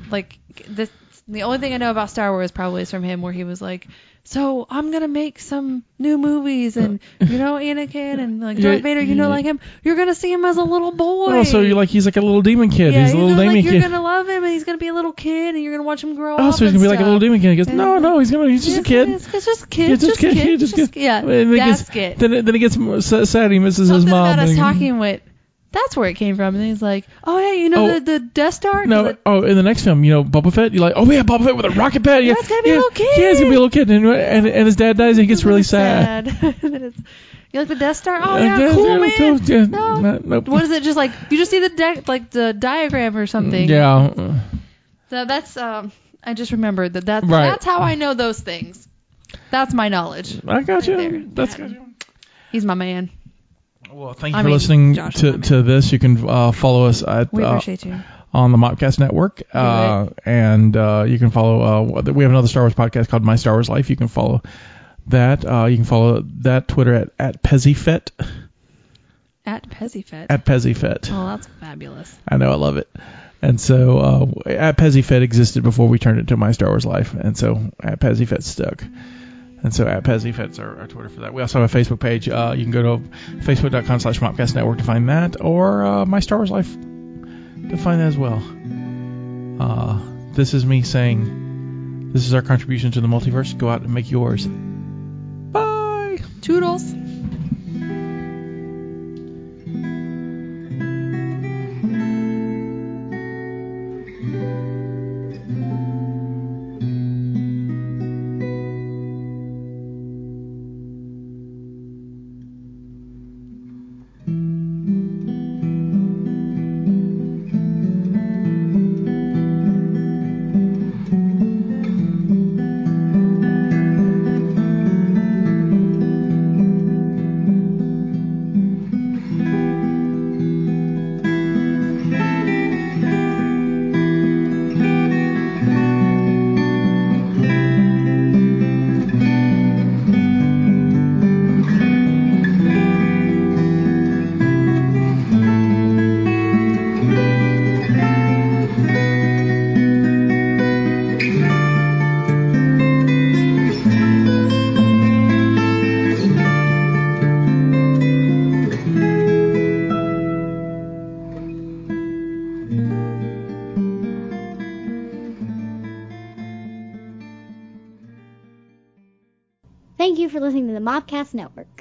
S1: like this the only thing I know about Star Wars probably is from him where he was like so I'm gonna make some new movies and you know Anakin and like
S2: Yeah,
S1: Darth Vader you know
S2: yeah.
S1: like him you're gonna see him as a little boy
S2: Oh, so you're like he's like a little demon kid.
S1: yeah,
S2: he's a
S1: you
S2: little
S1: know,
S2: demon
S1: like,
S2: kid.
S1: You're gonna love him, and he's gonna be a little kid, and you're gonna watch him grow up.
S2: oh, so he's gonna
S1: and
S2: be like a little
S1: stuff.
S2: demon kid. He goes, no, no, he's gonna he's just a
S1: Yes,
S2: kid.
S1: It's, it's just a kid.
S2: He's
S1: just
S2: a
S1: kid.
S2: he's just a kid.
S1: Yeah,
S2: And then he
S1: that's
S2: gets-
S1: it.
S2: Then, it- then he gets more sa- sad. He misses his
S1: Something
S2: mom.
S1: about
S2: and
S1: us
S2: he-
S1: talking with. That's where it came from. And he's like, "Oh yeah, you know the,
S2: Oh,
S1: the Death Star." And he's
S2: No,
S1: like,
S2: oh, in the next film, you know, Boba Fett, you're like, oh yeah, Boba Fett with a rocket pad. Yeah,
S1: That's gonna be a
S2: yeah,
S1: little kid.
S2: Yeah, he's gonna be a little kid, and and, and his dad dies, and he
S1: *laughs*
S2: gets really sad.
S1: And then it's- you like the Death Star? Oh
S2: Uh,
S1: yeah,
S2: yeah,
S1: cool
S2: yeah,
S1: man.
S2: cool, yeah,
S1: no.
S2: not- nope.
S1: What is it? Just like you just see the deck, like the diagram or something.
S2: Yeah, uh,
S1: So that's um. I just remembered that that's
S2: Right.
S1: that's how I know those things. That's my knowledge.
S2: I got you.
S1: there.
S2: That's
S1: Got
S2: good.
S1: He's my man.
S2: Well, thank you
S1: I
S2: for
S1: mean,
S2: listening
S1: Josh is
S2: to,
S1: my
S2: to this. You can uh, follow us at
S1: We
S2: uh,
S1: appreciate you.
S2: on the Mopcast Network, uh, and uh, you can follow. Uh, we have another Star Wars podcast called My Star Wars Life. You can follow that. Uh, you can follow that Twitter at at PezzyFet
S1: At PezzyFit.
S2: at PezzyFet.
S1: oh, that's fabulous.
S2: I know I love it. And so uh, at Pezzy Fed existed before we turned it to My Star Wars Life, and so at Pezzy Fed stuck. And so at Pezzy Fed's our, our Twitter for that. We also have a Facebook page. Uh, you can go to facebook.com slash Mopcast Network to find that, or uh, My Star Wars Life to find that as well. Uh, this is me saying, this is our contribution to the multiverse. Go out and make yours. Bye.
S1: Toodles.
S4: Thank you for listening to the Mobcast Network.